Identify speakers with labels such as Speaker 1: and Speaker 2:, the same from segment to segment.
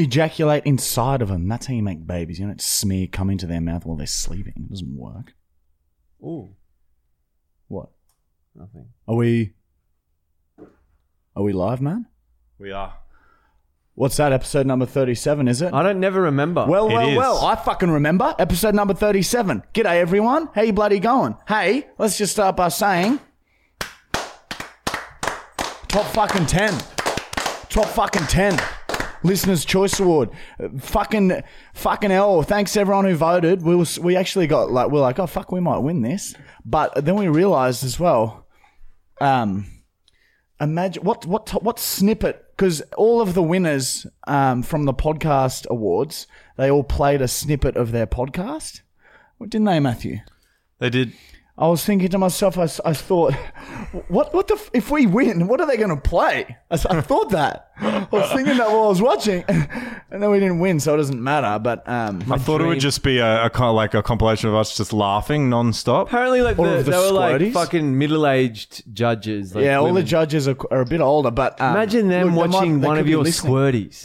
Speaker 1: ejaculate inside of them. That's how you make babies. You don't smear cum into their mouth while they're sleeping. It doesn't work.
Speaker 2: Ooh,
Speaker 1: What?
Speaker 2: nothing.
Speaker 1: Are we? Are we live, man?
Speaker 2: We are.
Speaker 1: What's that? Episode number thirty-seven, is it?
Speaker 2: I don't never remember.
Speaker 1: Well,
Speaker 3: It
Speaker 1: well,
Speaker 3: is.
Speaker 1: well. I fucking remember episode number thirty-seven. G'day, everyone. How you bloody going? Hey, let's just start by saying, top fucking ten, top fucking ten. Listeners' Choice Award, Uh, fucking, fucking hell! Thanks everyone who voted. We was, we actually got like we're like oh fuck we might win this, but then we realized as well, um, imagine what what what snippet because all of the winners um, from the podcast awards they all played a snippet of their podcast Well, didn't they matthew
Speaker 3: They did.
Speaker 1: i was thinking to myself i, s- I thought what what the f- if we win what are they going to play I, s- I thought that i was thinking that while i was watching and then we didn't win so it doesn't matter but um
Speaker 3: I thought it would just be a, a kind of like a compilation of us just laughing non-stop.
Speaker 2: apparently, like
Speaker 1: All
Speaker 2: the,
Speaker 1: of the
Speaker 2: they were like
Speaker 1: squirties?
Speaker 2: fucking middle-aged judges. Like,
Speaker 1: yeah all the
Speaker 2: women.
Speaker 1: judges are, qu- are a bit older but um,
Speaker 2: Imagine
Speaker 1: look,
Speaker 2: them
Speaker 1: they might-
Speaker 2: watching
Speaker 1: they
Speaker 2: one
Speaker 1: could
Speaker 2: of
Speaker 1: be
Speaker 2: your
Speaker 1: listening.
Speaker 2: squirties.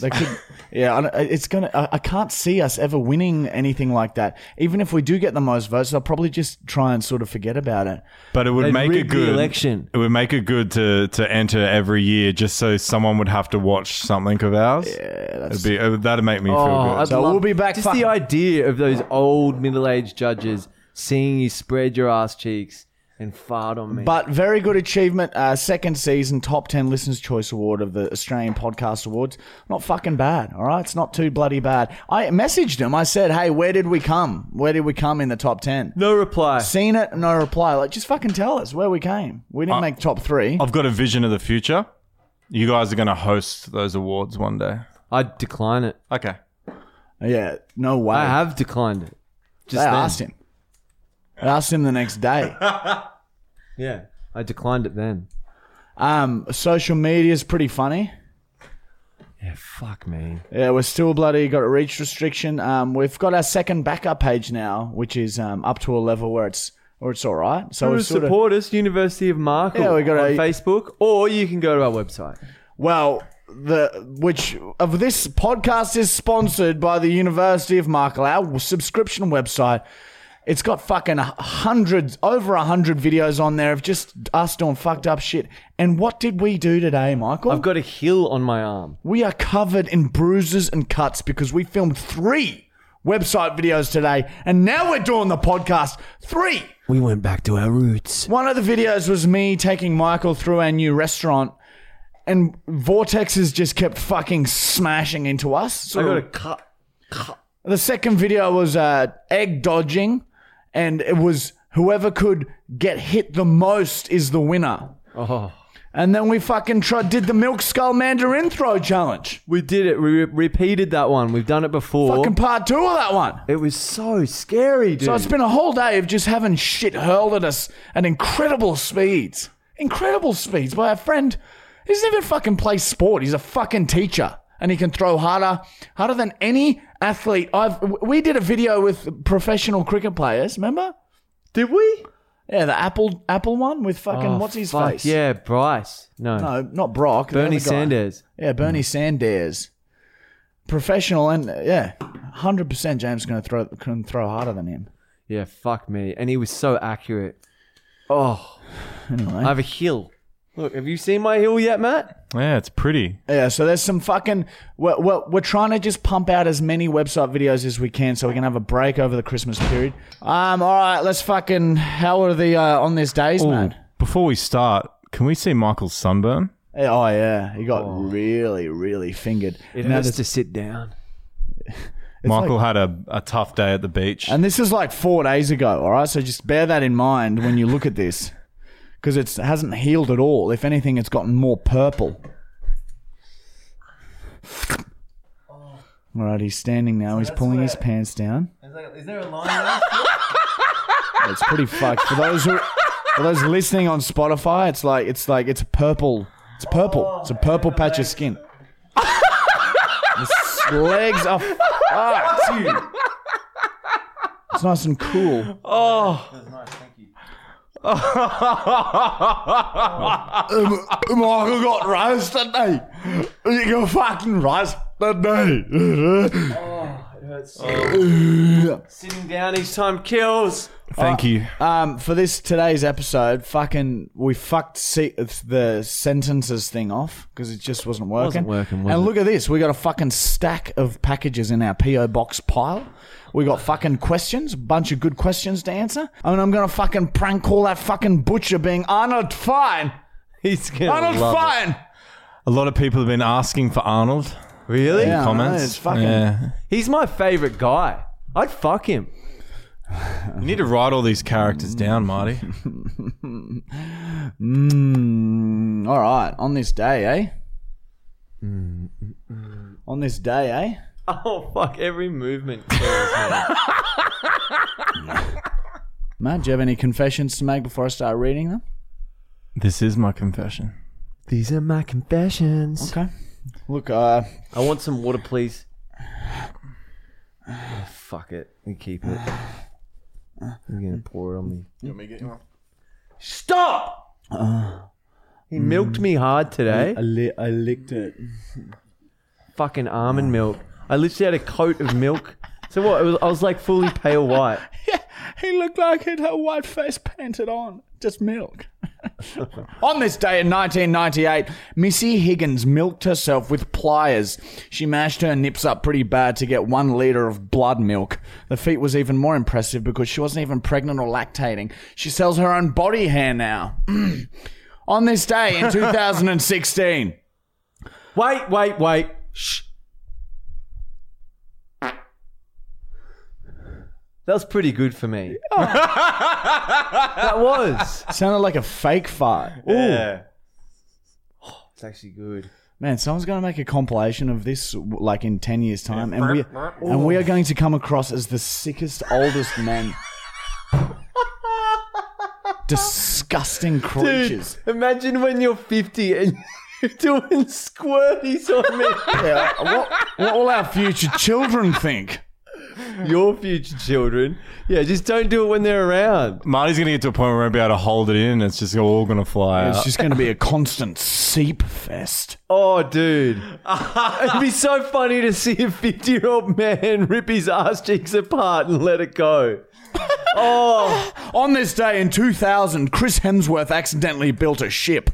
Speaker 1: They could, yeah, I don't- it's gonna. I, I can't see us ever winning anything like that. Even if we do get the most votes, I'll probably just try and sort of forget about it.
Speaker 3: But it would
Speaker 2: They'd
Speaker 3: make it
Speaker 2: rig the
Speaker 3: good.
Speaker 2: election.
Speaker 3: It would make it good to to enter every year, just so someone would have to watch something of ours. Yeah, that's... Be, uh, that'd make me feel
Speaker 2: Oh,
Speaker 3: good.
Speaker 2: I'd
Speaker 1: So
Speaker 2: love-
Speaker 1: we'll be back
Speaker 2: Just
Speaker 1: fu-
Speaker 2: the idea of those old middle-aged judges seeing you spread your ass cheeks and fart on me.
Speaker 1: But very good achievement. Uh, second season top ten listeners' choice award of the Australian Podcast Awards. Not fucking bad. All right, it's not too bloody bad. I messaged him. I said, "Hey, where did we come? Where did we come in the top ten?
Speaker 2: no reply.
Speaker 1: Seen it? No reply. Like, just fucking tell us where we came. We didn't make top three.
Speaker 3: I've got a vision of the future. You guys are going to host those awards one day.
Speaker 2: I'd decline it.
Speaker 3: Okay.
Speaker 1: yeah, no way.
Speaker 2: I have declined it. Just
Speaker 1: they
Speaker 2: then.
Speaker 1: asked him. They asked him the next day.
Speaker 2: Yeah, I declined it then.
Speaker 1: Um, social media is pretty funny.
Speaker 2: Yeah, fuck me.
Speaker 1: Yeah, we're still bloody got a reach restriction. Um, we've got our second backup page now, which is um, up to a level where it's where it's all right. So
Speaker 2: Who
Speaker 1: we're sort of,
Speaker 2: support us, University of Markle
Speaker 1: Yeah, we got
Speaker 2: on
Speaker 1: a-
Speaker 2: Facebook, or you can go to our website.
Speaker 1: well, the which of this podcast is sponsored by the University of Markle, our subscription website. It's got fucking hundreds, over a hundred videos on there of just us doing fucked up shit. And what did we do today, Michael?
Speaker 2: I've got a hill on my arm.
Speaker 1: We are covered in bruises and cuts because we filmed three website videos today, and now we're doing the podcast. Three.
Speaker 2: We went back to our roots.
Speaker 1: One of the videos was me taking Michael through our new restaurant, and vortexes just kept fucking smashing into us.
Speaker 2: I
Speaker 1: So
Speaker 2: got a cut.
Speaker 1: the second video was uh, egg dodging, and it was whoever could get hit the most is the winner.
Speaker 2: Oh,
Speaker 1: And then we fucking tried, did the milk skull mandarin throw challenge.
Speaker 2: we did it. We re- repeated that one. We've done it before.
Speaker 1: Fucking part two of that one.
Speaker 2: it was so scary, dude.
Speaker 1: So it's been a whole day of just having shit hurled at us at incredible speeds. Incredible speeds by a friend who's never fucking played sport. He's a fucking teacher and he can throw harder, harder than any athlete. I've w- we did a video with professional cricket players, remember?
Speaker 2: did we?
Speaker 1: Yeah, the Apple Apple one with fucking
Speaker 2: Oh,
Speaker 1: what's his
Speaker 2: fuck,
Speaker 1: face?
Speaker 2: Yeah, Bryce. No,
Speaker 1: No, not Brock. the
Speaker 2: Bernie
Speaker 1: other guy.
Speaker 2: Sanders.
Speaker 1: Yeah, Bernie Sanders. Professional and uh, yeah, 100% James going to throw can throw harder than him.
Speaker 2: Yeah, fuck me. And he was so accurate. Oh,
Speaker 1: Anyway.
Speaker 2: I have a hill. Look, have you seen my hill yet, Matt?
Speaker 3: Yeah, it's pretty.
Speaker 1: Yeah, so there's some fucking. We're, we're, we're trying to just pump out as many website videos as we can so we can have a break over the Christmas period. Um, all right, let's fucking. How are the uh, on this days, man?
Speaker 3: Before we start, can we see Michael's sunburn?
Speaker 1: Yeah, Oh, yeah. He got really, really fingered.
Speaker 2: It
Speaker 1: Now
Speaker 2: has
Speaker 1: this-
Speaker 2: to sit down.
Speaker 3: Michael had a, a tough day at the beach.
Speaker 1: and this is like four days ago, all right? So just bear that in mind when you look at this because it hasn't healed at all. If anything, it's gotten more purple. All right, he's standing now. He's pulling his pants down.
Speaker 2: Is there a line there?
Speaker 1: It's pretty fucked. For those who, for those listening on Spotify, it's like it's like it's purple. It's purple. It's a purple patch of skin.
Speaker 2: Oh,
Speaker 1: His legs are fucked. It's nice and cool. Oh. Um, Michael got roast, didn't he? You got fucking roast. that day.
Speaker 2: It hurts. Sitting down each time kills.
Speaker 3: Thank you.
Speaker 1: um, for this today's episode, fucking we fucked se- the sentences thing off because it just wasn't working.
Speaker 2: working, was
Speaker 1: and
Speaker 2: it?
Speaker 1: look at this, we got a fucking stack of packages in our PO box pile. We got fucking questions, bunch of good questions to answer. I mean, I'm gonna fucking prank call that fucking butcher being Arnold Fine.
Speaker 2: He's gonna
Speaker 1: Arnold
Speaker 2: love it.
Speaker 1: Fine.
Speaker 3: A lot of people have been asking for Arnold. Really?
Speaker 1: Yeah, I know,
Speaker 3: comments.
Speaker 1: it's fucking-
Speaker 3: Yeah.
Speaker 2: He's my favorite guy. I'd fuck him.
Speaker 3: You need to write all these characters down, Marty.
Speaker 1: Mm, all right, on this day, eh? On this day, eh?
Speaker 2: Oh fuck! Every movement kills me.
Speaker 1: Matt, do you have any confessions to make before I start reading them?
Speaker 3: this is my confession.
Speaker 2: These are my confessions.
Speaker 1: Okay. Look, uh,
Speaker 2: I want some water, please. Oh, fuck it. You keep it. You're gonna pour it on me. Stop! he milked me hard today.
Speaker 1: li- I licked it.
Speaker 2: Fucking almond milk. I literally had a coat of milk. So what? It was, I was like fully pale white.
Speaker 1: He looked like he'd had a white face painted on. Just milk. on this day in 1998, Missy Higgins milked herself with pliers. She mashed her nips up pretty bad to get one litre of blood milk. The feat was even more impressive because she wasn't even pregnant or lactating. She sells her own body hair now. on this day in 2016.
Speaker 2: Wait, wait, wait. Shh. That was pretty good for me. that was.
Speaker 1: Sounded like a fake fart.
Speaker 3: Yeah.
Speaker 2: Oh, It's actually good.
Speaker 1: Man, someone's going to make a compilation of this like in 10 years' time, and we, and we are going to come across as the sickest, oldest men. Disgusting creatures.
Speaker 2: Imagine when you're 50 and you're doing squirties on me.
Speaker 1: Yeah, what, what will our future children think?
Speaker 2: Your future children. Yeah, just don't do it when they're around.
Speaker 3: Marty's going to get to a point where we won't be able to hold it in. It's just all going to fly
Speaker 1: It's
Speaker 3: out.
Speaker 1: just going to be a constant seep fest.
Speaker 2: Oh, dude. It'd be so funny to see a 50 year old man rip his ass cheeks apart and let it go.
Speaker 1: On this day in 2000, Chris Hemsworth accidentally built a ship.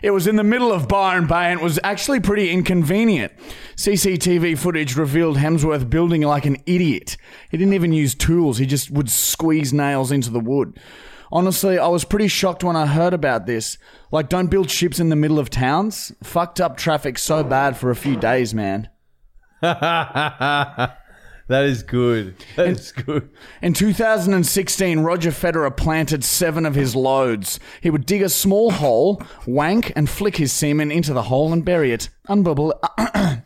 Speaker 1: It was in the middle of Byron Bay and it was actually pretty inconvenient. CCTV footage revealed Hemsworth building like an idiot. He didn't even use tools, he just would squeeze nails into the wood. Honestly, I was pretty shocked when I heard about this. Like, don't build ships in the middle of towns. Fucked up traffic so bad for a few days, man.
Speaker 2: that is good. That is good.
Speaker 1: In 2016, Roger Federer planted seven of his loads. He would dig a small hole, wank, and flick his semen into the hole and bury it. Unbelievably,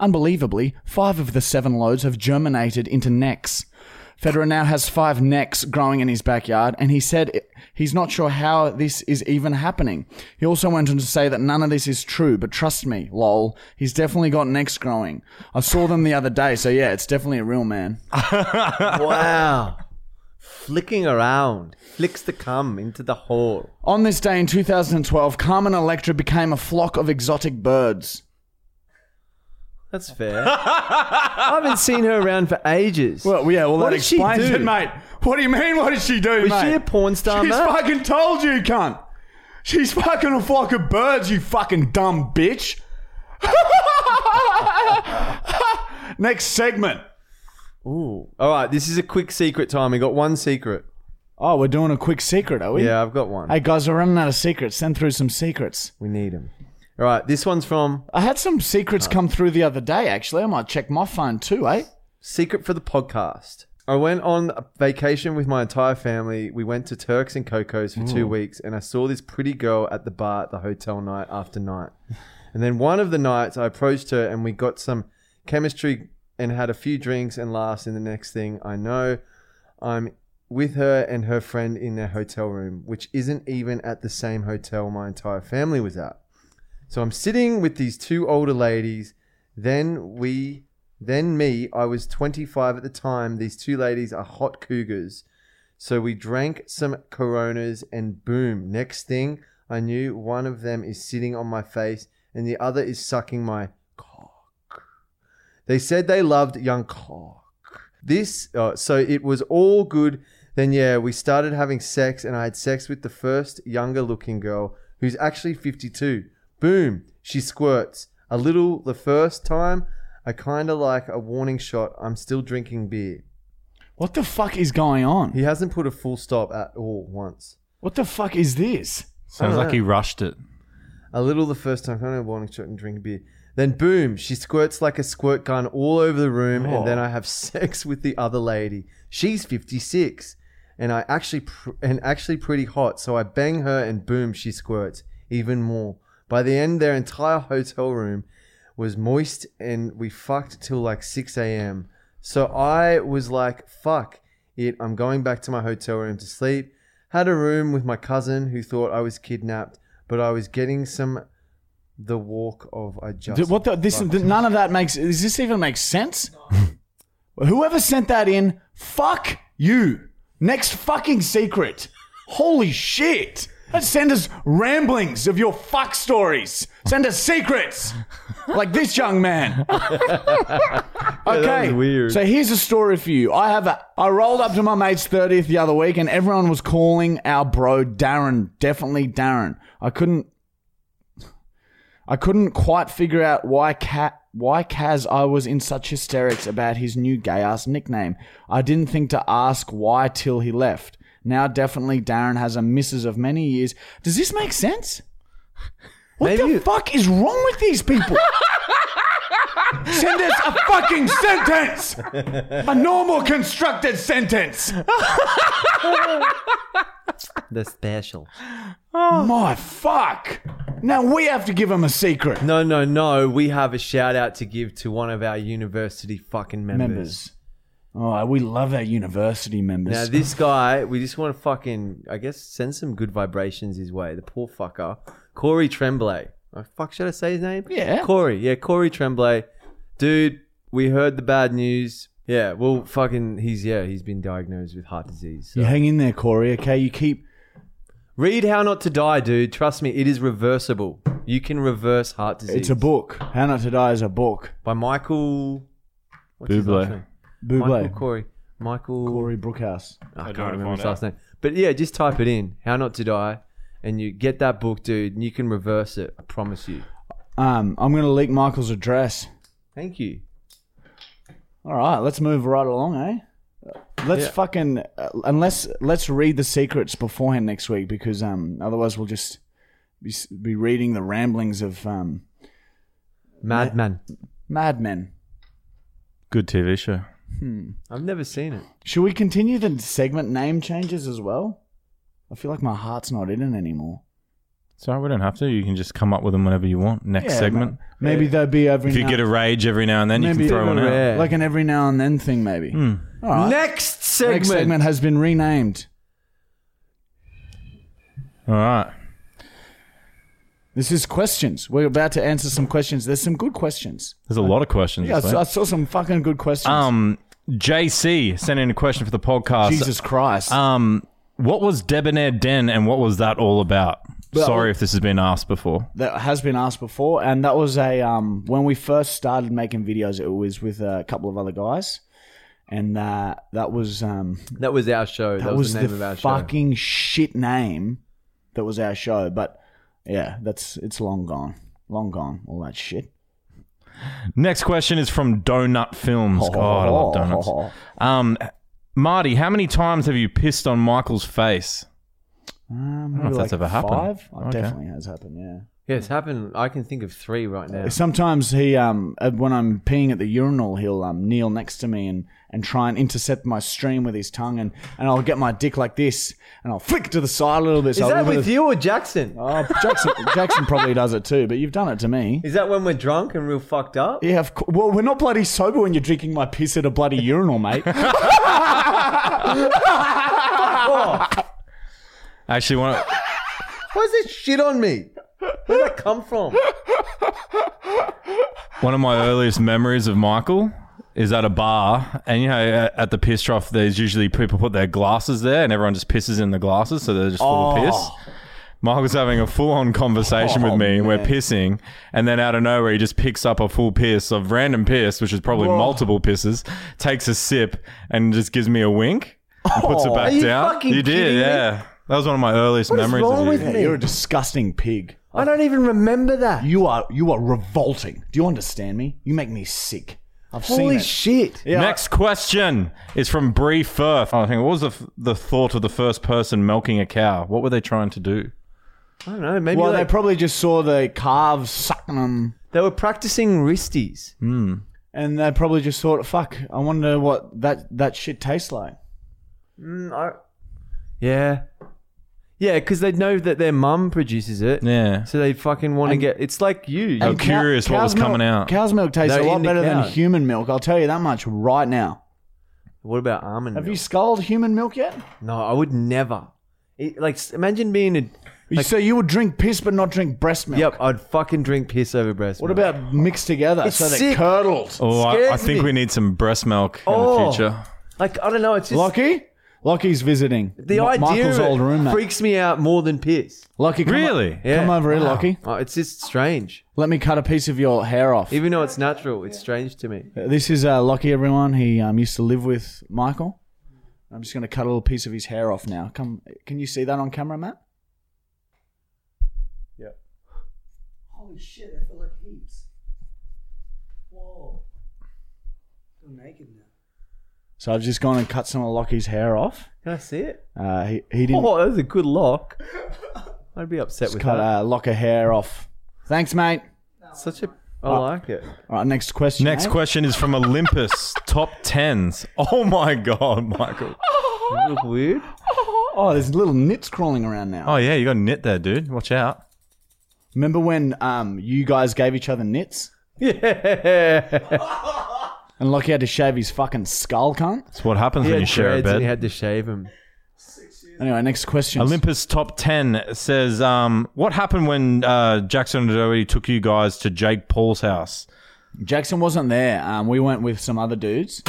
Speaker 1: unbelievably five of the seven loads have germinated into necks. Federer now has five necks growing in his backyard, and he said it- he's not sure how this is even happening. He also went on to say that none of this is true, but trust me, lol, he's definitely got necks growing. I saw them the other day, so yeah, it's definitely a real man.
Speaker 2: Wow. Flicking around. Flicks the cum into the hole.
Speaker 1: On this day in 2012, Carmen Electra became a flock of exotic birds.
Speaker 2: That's fair. I haven't seen her around for ages.
Speaker 1: Well, yeah, well,
Speaker 2: What
Speaker 1: that
Speaker 2: did she
Speaker 1: explains
Speaker 2: do?
Speaker 1: it, mate. What do you mean, what did she do,
Speaker 2: Was
Speaker 1: mate?
Speaker 2: she a porn star,
Speaker 1: She's
Speaker 2: mate?
Speaker 1: fucking told you, cunt. She's fucking a flock of birds, you fucking dumb bitch. Next segment.
Speaker 2: Ooh. All right, this is a quick secret time. We got one secret.
Speaker 1: Oh, we're doing a quick secret, are we?
Speaker 2: Yeah, I've got one.
Speaker 1: Hey, guys, we're running out of secrets. Send through some secrets.
Speaker 2: We need him. All right, this one's from
Speaker 1: I had some secrets come through the other day, actually. I might check my phone too, eh?
Speaker 2: Secret for the Podcast. I went on a vacation with my entire family. We went to Turks and Caicos for two weeks, and I saw this pretty girl at the bar at the hotel night after night. And then one of the nights, I approached her, and we got some chemistry and had a few drinks and laughs. And the next thing I know, I'm with her and her friend in their hotel room, which isn't even at the same hotel my entire family was at. So I'm sitting with these two older ladies. Then we, then me, I was 25 at the time. These two ladies are hot cougars. So we drank some coronas and boom, next thing I knew, one of them is sitting on my face and the other is sucking my cock. They said they loved young cock. This, uh, so it was all good. Then, yeah, we started having sex, and I had sex with the first younger looking girl who's actually 52. Boom, she squirts. A little the first time, I kind of like a warning shot. I'm still drinking beer.
Speaker 1: What the fuck is going on?
Speaker 2: He hasn't put a full stop at all once.
Speaker 1: What the fuck is this?
Speaker 3: Sounds like he rushed it.
Speaker 2: A little the first time, kind of warning shot and drink beer. Then boom, she squirts like a squirt gun all over the room, and then I have sex with the other lady. She's fifty six, and I actually pr- and actually pretty hot. So I bang her, and boom, she squirts even more. By the end, their entire hotel room was moist, and we fucked till like six a.m. So I was like, "Fuck it, I'm going back to my hotel room to sleep." Had a room with my cousin who thought I was kidnapped, but I was getting some the walk of I just
Speaker 1: Th- What the, this?
Speaker 2: fucked.
Speaker 1: th- None of that makes. Does this even make sense? Whoever sent that in, fuck you. Next fucking secret. Holy shit! Let's send us ramblings of your fuck stories. Send us secrets like this young man. okay,
Speaker 2: was weird.
Speaker 1: So here's a story for you. I have a. I rolled up to my mate's thirtieth the other week, and everyone was calling our bro Darren. Definitely Darren. I couldn't I couldn't quite figure out why Cat why Kaz I was in such hysterics about his new gay ass nickname. I didn't think to ask why till he left. Now definitely Darren has a missus of many years. Does this make sense? What
Speaker 2: Maybe
Speaker 1: the
Speaker 2: you-
Speaker 1: fuck is wrong with these people? Send us a fucking sentence! A normal constructed sentence!
Speaker 2: the special. Oh.
Speaker 1: My fuck! Now we have to give him a secret.
Speaker 2: No, no, no. We have a shout out to give to one of our university fucking members.
Speaker 1: Members. Oh, we love our university members.
Speaker 2: Now this guy, we just want to fucking, I guess, send some good vibrations his way. The poor fucker, Corey Tremblay. Oh, fuck, should I say his name?
Speaker 1: Yeah.
Speaker 2: Corey. Yeah, Corey Tremblay. Dude, we heard the bad news. Yeah, well, fucking, he's yeah, he's been diagnosed with heart disease. So.
Speaker 1: You hang in there, Corey. Okay, you keep.
Speaker 2: Read How Not to Die, dude. Trust me, it is reversible. You can reverse heart disease.
Speaker 1: It's a book. How Not to Die is a book.
Speaker 2: by Michael. What's his
Speaker 3: Bublé.
Speaker 2: last name? Michael
Speaker 1: Buble.
Speaker 2: Corey. Michael.
Speaker 1: Corey Brookhouse.
Speaker 2: I
Speaker 3: know how to
Speaker 2: can't remember
Speaker 3: find
Speaker 2: his last name. But yeah, just type it in. How Not to Die, and you get that book, dude. And you can reverse it. I promise you.
Speaker 1: Um, I'm gonna leak Michael's address.
Speaker 2: Thank you.
Speaker 1: All right, let's move right along, eh? Let's
Speaker 2: Yeah.
Speaker 1: fucking uh, unless let's read the secrets beforehand next week because um otherwise we'll just be, s- be reading the ramblings of um
Speaker 2: Madman.
Speaker 1: madmen.
Speaker 3: Good TV show.
Speaker 2: I've never seen it.
Speaker 1: Should we continue the segment name changes as well? I feel like my heart's not in it anymore.
Speaker 3: Sorry, we don't have to. You can just come up with them whenever you want. Next
Speaker 1: Yeah,
Speaker 3: segment.
Speaker 1: ma- Maybe they'll be every
Speaker 3: If you
Speaker 1: now-
Speaker 3: get a rage every now and then, you
Speaker 1: Maybe-
Speaker 3: can throw one out. Hmm.
Speaker 2: Yeah.
Speaker 1: like an every now and then thing, maybe. All right.
Speaker 2: Next segment.
Speaker 1: Next segment has been renamed.
Speaker 3: All right.
Speaker 1: This is questions. We're about to answer some questions. There's some good questions.
Speaker 3: There's a lot of questions.
Speaker 1: Yeah, I
Speaker 3: this
Speaker 1: saw, I
Speaker 3: week.
Speaker 1: saw some fucking good questions.
Speaker 3: Um, JC sent in a question for the podcast.
Speaker 1: Jesus Christ.
Speaker 3: Um, what was Debonair Den and what was that all about? Sorry if this has been asked before.
Speaker 1: that has been asked before, and that was a um, when we first started making videos. It was with a couple of other guys, and uh, that was um,
Speaker 2: That was our show. That,
Speaker 1: that
Speaker 2: was,
Speaker 1: was
Speaker 2: the name of
Speaker 1: the
Speaker 2: our
Speaker 1: fucking shit name. That was our show, but yeah, that's it's long gone, long gone. All that shit.
Speaker 3: Next question is from Donut Films. God, I love donuts.
Speaker 1: Oh.
Speaker 3: Um, Marty, how many times have you pissed on Michael's face?
Speaker 1: Um, I
Speaker 3: know if that's ever happened.
Speaker 1: Five? Oh,
Speaker 3: Okay.
Speaker 1: Definitely has happened. Yeah.
Speaker 2: show. Yeah, it's happened. I can think of three right now.
Speaker 1: Sometimes he, um, uh, when I'm peeing at the urinal, he'll um, kneel next to me and, and try and intercept my stream with his tongue, and, and I'll get my dick like this, and I'll flick to the side a little bit.
Speaker 2: Is that with you or Jackson?
Speaker 1: Oh, Jackson, Jackson probably does it too, but you've done it to me.
Speaker 2: Is that when we're drunk and real fucked up?
Speaker 1: Yeah, of course. Well, we're not bloody sober when you're drinking my piss at a bloody urinal, mate.
Speaker 3: Actually, one.
Speaker 2: Why is that shit on me? Where would that come from?
Speaker 3: One of my earliest memories of Michael is at a bar, and you know, at- at the piss trough,
Speaker 2: Oh.
Speaker 3: there's usually people put their glasses there, and everyone just pisses in the glasses, so they're just full of piss. Michael's having a full on conversation
Speaker 1: Oh,
Speaker 3: with me. We're
Speaker 1: man.
Speaker 3: pissing. And then out of nowhere, he just picks up a full piss of random piss, which is probably
Speaker 1: Whoa.
Speaker 3: multiple pisses, takes a sip and just gives me a wink and puts it
Speaker 1: Oh,
Speaker 3: back
Speaker 2: are you
Speaker 3: down.
Speaker 2: fucking
Speaker 3: you did,
Speaker 2: kidding me?
Speaker 3: yeah. That was one of my earliest
Speaker 2: What is
Speaker 3: memories
Speaker 2: wrong
Speaker 3: of you.
Speaker 2: with
Speaker 1: Yeah,
Speaker 2: me?
Speaker 1: you're a disgusting pig.
Speaker 2: I don't even remember that.
Speaker 1: You are you are revolting. Do you understand me? You make me sick. I've seen
Speaker 2: Holy
Speaker 1: it.
Speaker 2: shit.
Speaker 1: Yeah,
Speaker 3: Next question is from Bree Firth. Oh, I think what was the, f- the thought of the first person milking a cow? What were they trying to do?
Speaker 2: I don't know. Maybe
Speaker 1: Well,
Speaker 2: like-
Speaker 1: they probably just saw the calves sucking them,
Speaker 2: they were practicing wristies.
Speaker 3: Hmm,
Speaker 1: and they probably just thought, "Fuck, I wonder what that that shit tastes like."
Speaker 2: Mm, I- yeah. Yeah, because they know that their mum produces it.
Speaker 3: Yeah.
Speaker 2: So they fucking want to get. It's like you. you-
Speaker 3: I'm curious what
Speaker 1: cow's
Speaker 3: was coming
Speaker 1: milk,
Speaker 3: out.
Speaker 1: Cow's milk tastes
Speaker 2: No,
Speaker 1: a
Speaker 2: in
Speaker 1: lot
Speaker 2: the
Speaker 1: better than
Speaker 2: cow.
Speaker 1: human milk. I'll tell you that much right now.
Speaker 2: what about almond
Speaker 1: Have
Speaker 2: milk?
Speaker 1: you sculled human milk yet?
Speaker 2: no, I would never. It, like, s- imagine being a.
Speaker 1: You so you would drink piss but not drink breast milk.
Speaker 2: Yep, I'd fucking drink piss over breast
Speaker 1: What
Speaker 2: milk.
Speaker 1: about mixed together
Speaker 2: It's
Speaker 1: so they
Speaker 2: sick.
Speaker 1: curdled?
Speaker 3: Oh, I, I
Speaker 2: scares
Speaker 3: think
Speaker 2: me.
Speaker 3: we need some breast milk in
Speaker 2: Oh.
Speaker 3: the future.
Speaker 2: Like, I don't know. It's just.
Speaker 1: Lockie, Lockie's visiting.
Speaker 2: the
Speaker 1: Mi-
Speaker 2: idea
Speaker 1: Michael's
Speaker 2: of it
Speaker 1: old roommate.
Speaker 2: freaks me out more than piss.
Speaker 1: Lockie, come o-
Speaker 3: Really?
Speaker 2: Yeah.
Speaker 1: Come over here,
Speaker 2: Wow.
Speaker 1: Lockie.
Speaker 2: Oh, it's just strange.
Speaker 1: Let me cut a piece of your hair off.
Speaker 2: Even though it's natural, it's strange to me.
Speaker 1: This is uh, Lockie, everyone. He um, used to live with Michael. I'm just going to cut a little piece of his hair off now. Come, can you see that on camera, Matt?
Speaker 4: Holy shit, I feel like heaps. Whoa. I'm naked now.
Speaker 1: So I've just gone and cut some of Lockie's hair off.
Speaker 2: Can I see it?
Speaker 1: Uh, he, he didn't
Speaker 2: Oh, that was a good lock. I'd be upset with
Speaker 1: cut
Speaker 2: that.
Speaker 1: uh, lock a hair off. Thanks, mate.
Speaker 2: Such a. I like it.
Speaker 1: All right, next question.
Speaker 3: Next
Speaker 1: mate.
Speaker 3: question is from Olympus Top Tens. Oh my God, Michael.
Speaker 2: Doesn't it look weird.
Speaker 1: Oh, there's little nits crawling around now.
Speaker 3: Oh, yeah, you got a knit there, dude. Watch out.
Speaker 1: Remember when um, you guys gave each other nits?
Speaker 2: Yeah.
Speaker 1: And Lockie had to shave his fucking skull, cunt?
Speaker 3: It's what happens
Speaker 2: He
Speaker 3: when
Speaker 2: had
Speaker 3: you share a
Speaker 2: dreads and
Speaker 3: bed.
Speaker 2: he had to shave him.
Speaker 1: Anyway, next question.
Speaker 3: Olympus Top 10 says, um, What happened when uh, Jackson and Joey took you guys to Jake Paul's house?
Speaker 1: Jackson wasn't there. Um, we went with some other dudes,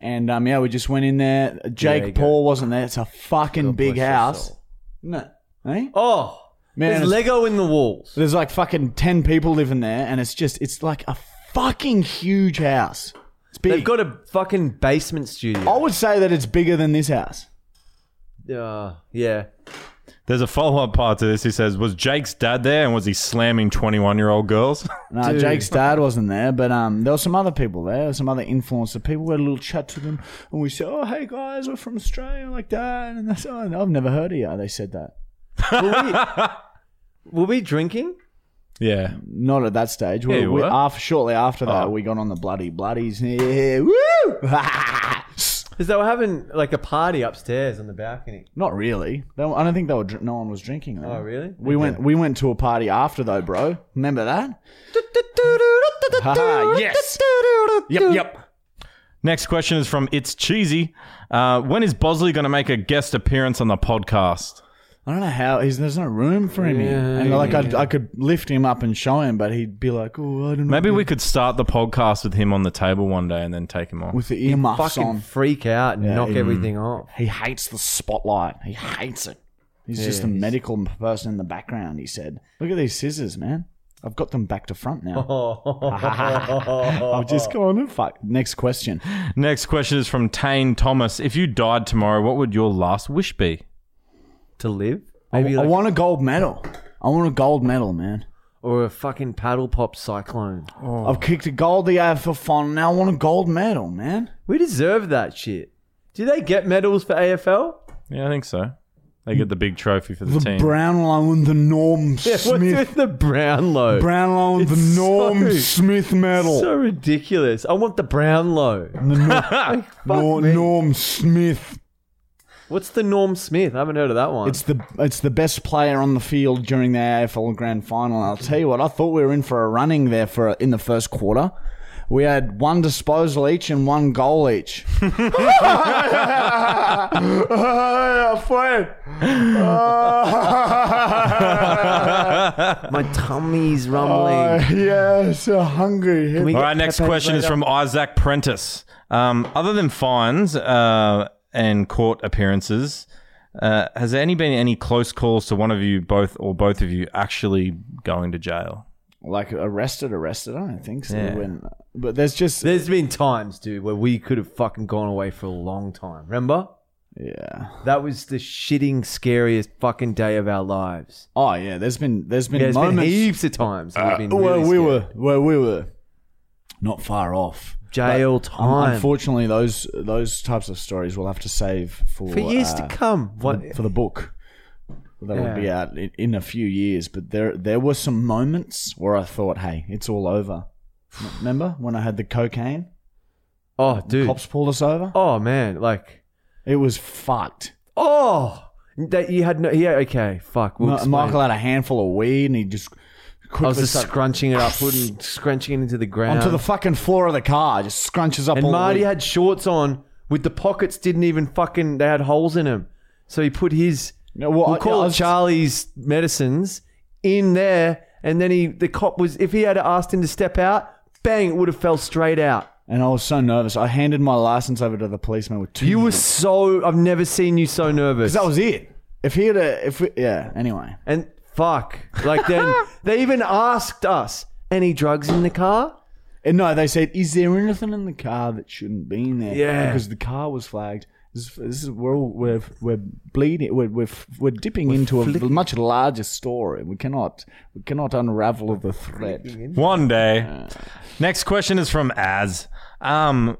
Speaker 1: and um, yeah, we just went in there. Jake
Speaker 2: you go.
Speaker 1: Paul wasn't there. It's a fucking big
Speaker 2: bless your
Speaker 1: house.
Speaker 2: soul.
Speaker 1: No, eh?
Speaker 2: Oh,
Speaker 1: Man,
Speaker 2: there's
Speaker 1: it's-
Speaker 2: Lego in the walls.
Speaker 1: There's like fucking ten people living there, and it's just it's like a fucking huge house. It's big.
Speaker 2: They've got a fucking basement
Speaker 1: I
Speaker 2: studio.
Speaker 1: would say that it's bigger than this house.
Speaker 2: Uh, yeah.
Speaker 3: There's a follow up part to this. He says, Was Jake's dad there and was he slamming 21 year old girls?
Speaker 1: No, Jake's dad wasn't there, but um, there were some other people there, some other influencer people. We had a little chat to them, and we said, "Oh, hey guys, we're from Australia, like that." And they said, "Oh, no, I've never heard of you." They said that.
Speaker 2: Were we drinking?
Speaker 3: yeah.
Speaker 1: Not at that stage. We,
Speaker 3: Yeah, you
Speaker 1: we,
Speaker 3: were.
Speaker 1: after, shortly after that,
Speaker 3: Oh.
Speaker 1: we got on the bloody bloodies. Yeah, woo!
Speaker 2: Because they were having like a party upstairs on the balcony.
Speaker 1: Not really. They were- I don't think they were. dr- No one was drinking. Though.
Speaker 2: Oh, really?
Speaker 1: We went. We went to a party after though, bro. Remember that? Haha, Ah, yes. Yep. Yep.
Speaker 3: Next question is from It's Cheesy. Uh, when is Bosley going to make a guest appearance on the podcast?
Speaker 1: I don't know how. He's, there's no room for him. here.
Speaker 2: Yeah,
Speaker 1: and like I, I could lift him up and show him, but he'd be like, "Oh, I don't know."
Speaker 3: Maybe we could start the podcast with him on the table one day and then take him on.
Speaker 1: with the earmuffs
Speaker 2: Fucking
Speaker 1: on.
Speaker 2: freak out and
Speaker 1: Mm.
Speaker 2: knock everything off.
Speaker 1: He hates the spotlight. He hates it. He's just a medical person in the background, he said. Look at these scissors, man. I've got them back to front now. I've just gone and fuck. Next question.
Speaker 3: Next question is from Tane Thomas. If you died tomorrow, what would your last wish be?
Speaker 2: to live?
Speaker 1: I,
Speaker 2: Maybe
Speaker 1: I
Speaker 2: like,
Speaker 1: want a gold medal. I want a gold medal, man.
Speaker 2: or a fucking paddle pop cyclone.
Speaker 1: I've kicked a goal the AFL final. Now I want a gold medal, man.
Speaker 2: We deserve that shit. Do they get medals for AFL?
Speaker 3: Yeah, I think so. They get the big trophy for the,
Speaker 1: The
Speaker 3: team.
Speaker 1: Brownlow and the Norm
Speaker 2: Yeah, what's
Speaker 1: Smith.
Speaker 2: with the Brownlow?
Speaker 1: Brownlow and the
Speaker 2: It's
Speaker 1: Norm
Speaker 2: so-
Speaker 1: Smith medal.
Speaker 2: so ridiculous. I want the Brownlow.
Speaker 1: Nor- Norm Smith.
Speaker 2: What's the Norm Smith? I haven't heard of that one.
Speaker 1: It's the it's the best player on the field during the AFL Grand Final. And I'll tell you what, I thought we were in for a running there for in the first quarter. We had one disposal each and one goal each.
Speaker 2: My tummy's rumbling.
Speaker 1: yeah, so hungry.
Speaker 2: We
Speaker 1: Can
Speaker 2: get
Speaker 3: All right, next
Speaker 2: peppered
Speaker 3: question is
Speaker 2: later.
Speaker 3: from Isaac Prentice. Um, other than fines uh, and court appearances, Uh, has there any been any close calls to one of you both or both of you actually going to jail?
Speaker 1: Like arrested, arrested. I don't think so.
Speaker 3: Yeah.
Speaker 1: When, but there's just
Speaker 2: There's been times, dude, where we could have fucking gone away for a long time. Remember?
Speaker 1: yeah.
Speaker 2: That was the shitting scariest fucking day of our lives.
Speaker 1: Oh yeah. There's been there's been
Speaker 2: There's
Speaker 1: moments Uh,
Speaker 2: been heaps of times. that we've been
Speaker 1: where we
Speaker 2: really scared.
Speaker 1: were where we were not far off.
Speaker 2: jail
Speaker 1: Um,
Speaker 2: time
Speaker 1: Unfortunately, those those types of stories we'll have to save for
Speaker 2: for years
Speaker 1: uh,
Speaker 2: to come. What?
Speaker 1: for the book that will be
Speaker 2: Yeah.
Speaker 1: out in, in a few years. But there there were some moments where I thought, hey, it's all over. M- Remember when I had the cocaine?
Speaker 2: Oh, dude.
Speaker 1: Cops pulled us over.
Speaker 2: Oh man, like
Speaker 1: It was fucked.
Speaker 2: oh, that you had no. Yeah, okay, fuck. We'll
Speaker 1: Ma-
Speaker 2: explain.
Speaker 1: Michael had a handful of weed and he just
Speaker 2: I
Speaker 1: quickly
Speaker 2: was just
Speaker 1: started-
Speaker 2: scrunching it up, putting scrunching it into the ground.
Speaker 1: onto the fucking floor of the car. Just scrunches up
Speaker 2: and
Speaker 1: all
Speaker 2: Marty
Speaker 1: the weed.
Speaker 2: had shorts on with the pockets didn't even fucking. They had holes in them, so he put his.
Speaker 1: No, well,
Speaker 2: we'll
Speaker 1: I-
Speaker 2: call
Speaker 1: I
Speaker 2: it
Speaker 1: was-
Speaker 2: Charlie's medicines in there, and then he the cop was if he had asked him to step out, bang, it would have fell straight out.
Speaker 1: and I was so nervous. I handed my license over to the policeman with two.
Speaker 2: You were
Speaker 1: minutes.
Speaker 2: so I've never seen you so nervous.
Speaker 1: that was it. If he had a, if we, yeah. Anyway,
Speaker 2: And fuck. Like then they even asked us, any drugs in the car?
Speaker 1: and no, they said, is there anything in the car that shouldn't be in there?
Speaker 2: Yeah.
Speaker 1: because the car was flagged. This, this is we're all, we're we're bleeding. We're we're, we're dipping into a much larger story. We cannot we cannot unravel the thread.
Speaker 3: One day. Next question is from Az. Um,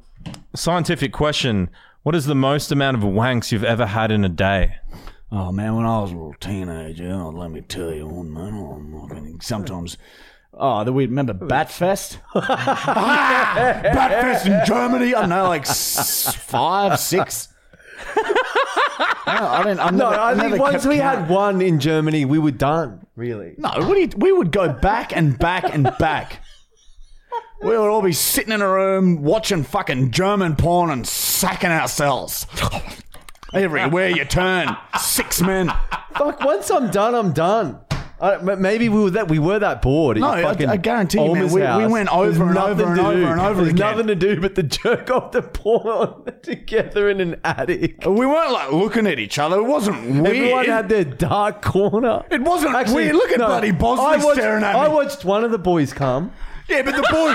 Speaker 3: scientific question. What is the most amount of wanks you've ever had in a day?
Speaker 1: Oh man, when I was a little teenager, oh, let me tell you one man. oh, I'm not gonna- sometimes. Oh, do we remember Batfest? Batfest in Germany. I don't know, like s- five, six. I don't- I mean, I'm
Speaker 2: No,
Speaker 1: never,
Speaker 2: I
Speaker 1: never
Speaker 2: think once
Speaker 1: kept
Speaker 2: we
Speaker 1: count.
Speaker 2: had one in Germany, we were done. Really?
Speaker 1: No, what do you, we would go back and back and back. We would all be sitting in a room watching fucking German porn and sacking ourselves. Everywhere you turn, six men.
Speaker 2: Fuck, once I'm done, I'm done. I, but maybe we were that we were that bored. at
Speaker 1: No,
Speaker 2: your
Speaker 1: I-
Speaker 2: fucking
Speaker 1: I guarantee you, man,
Speaker 2: Olma's
Speaker 1: we- we
Speaker 2: house.
Speaker 1: went over
Speaker 2: There's
Speaker 1: and over
Speaker 2: nothing
Speaker 1: and
Speaker 2: to do.
Speaker 1: over and over
Speaker 2: There's
Speaker 1: again.
Speaker 2: nothing to do but the jerk off the porn together in an attic.
Speaker 1: We weren't like looking at each other. It wasn't weird.
Speaker 2: Everyone had their dark corner.
Speaker 1: It wasn't weird. Look at bloody Bosley
Speaker 2: I watched,
Speaker 1: staring at
Speaker 2: I
Speaker 1: me.
Speaker 2: watched one of the boys come.
Speaker 1: yeah, but the boy,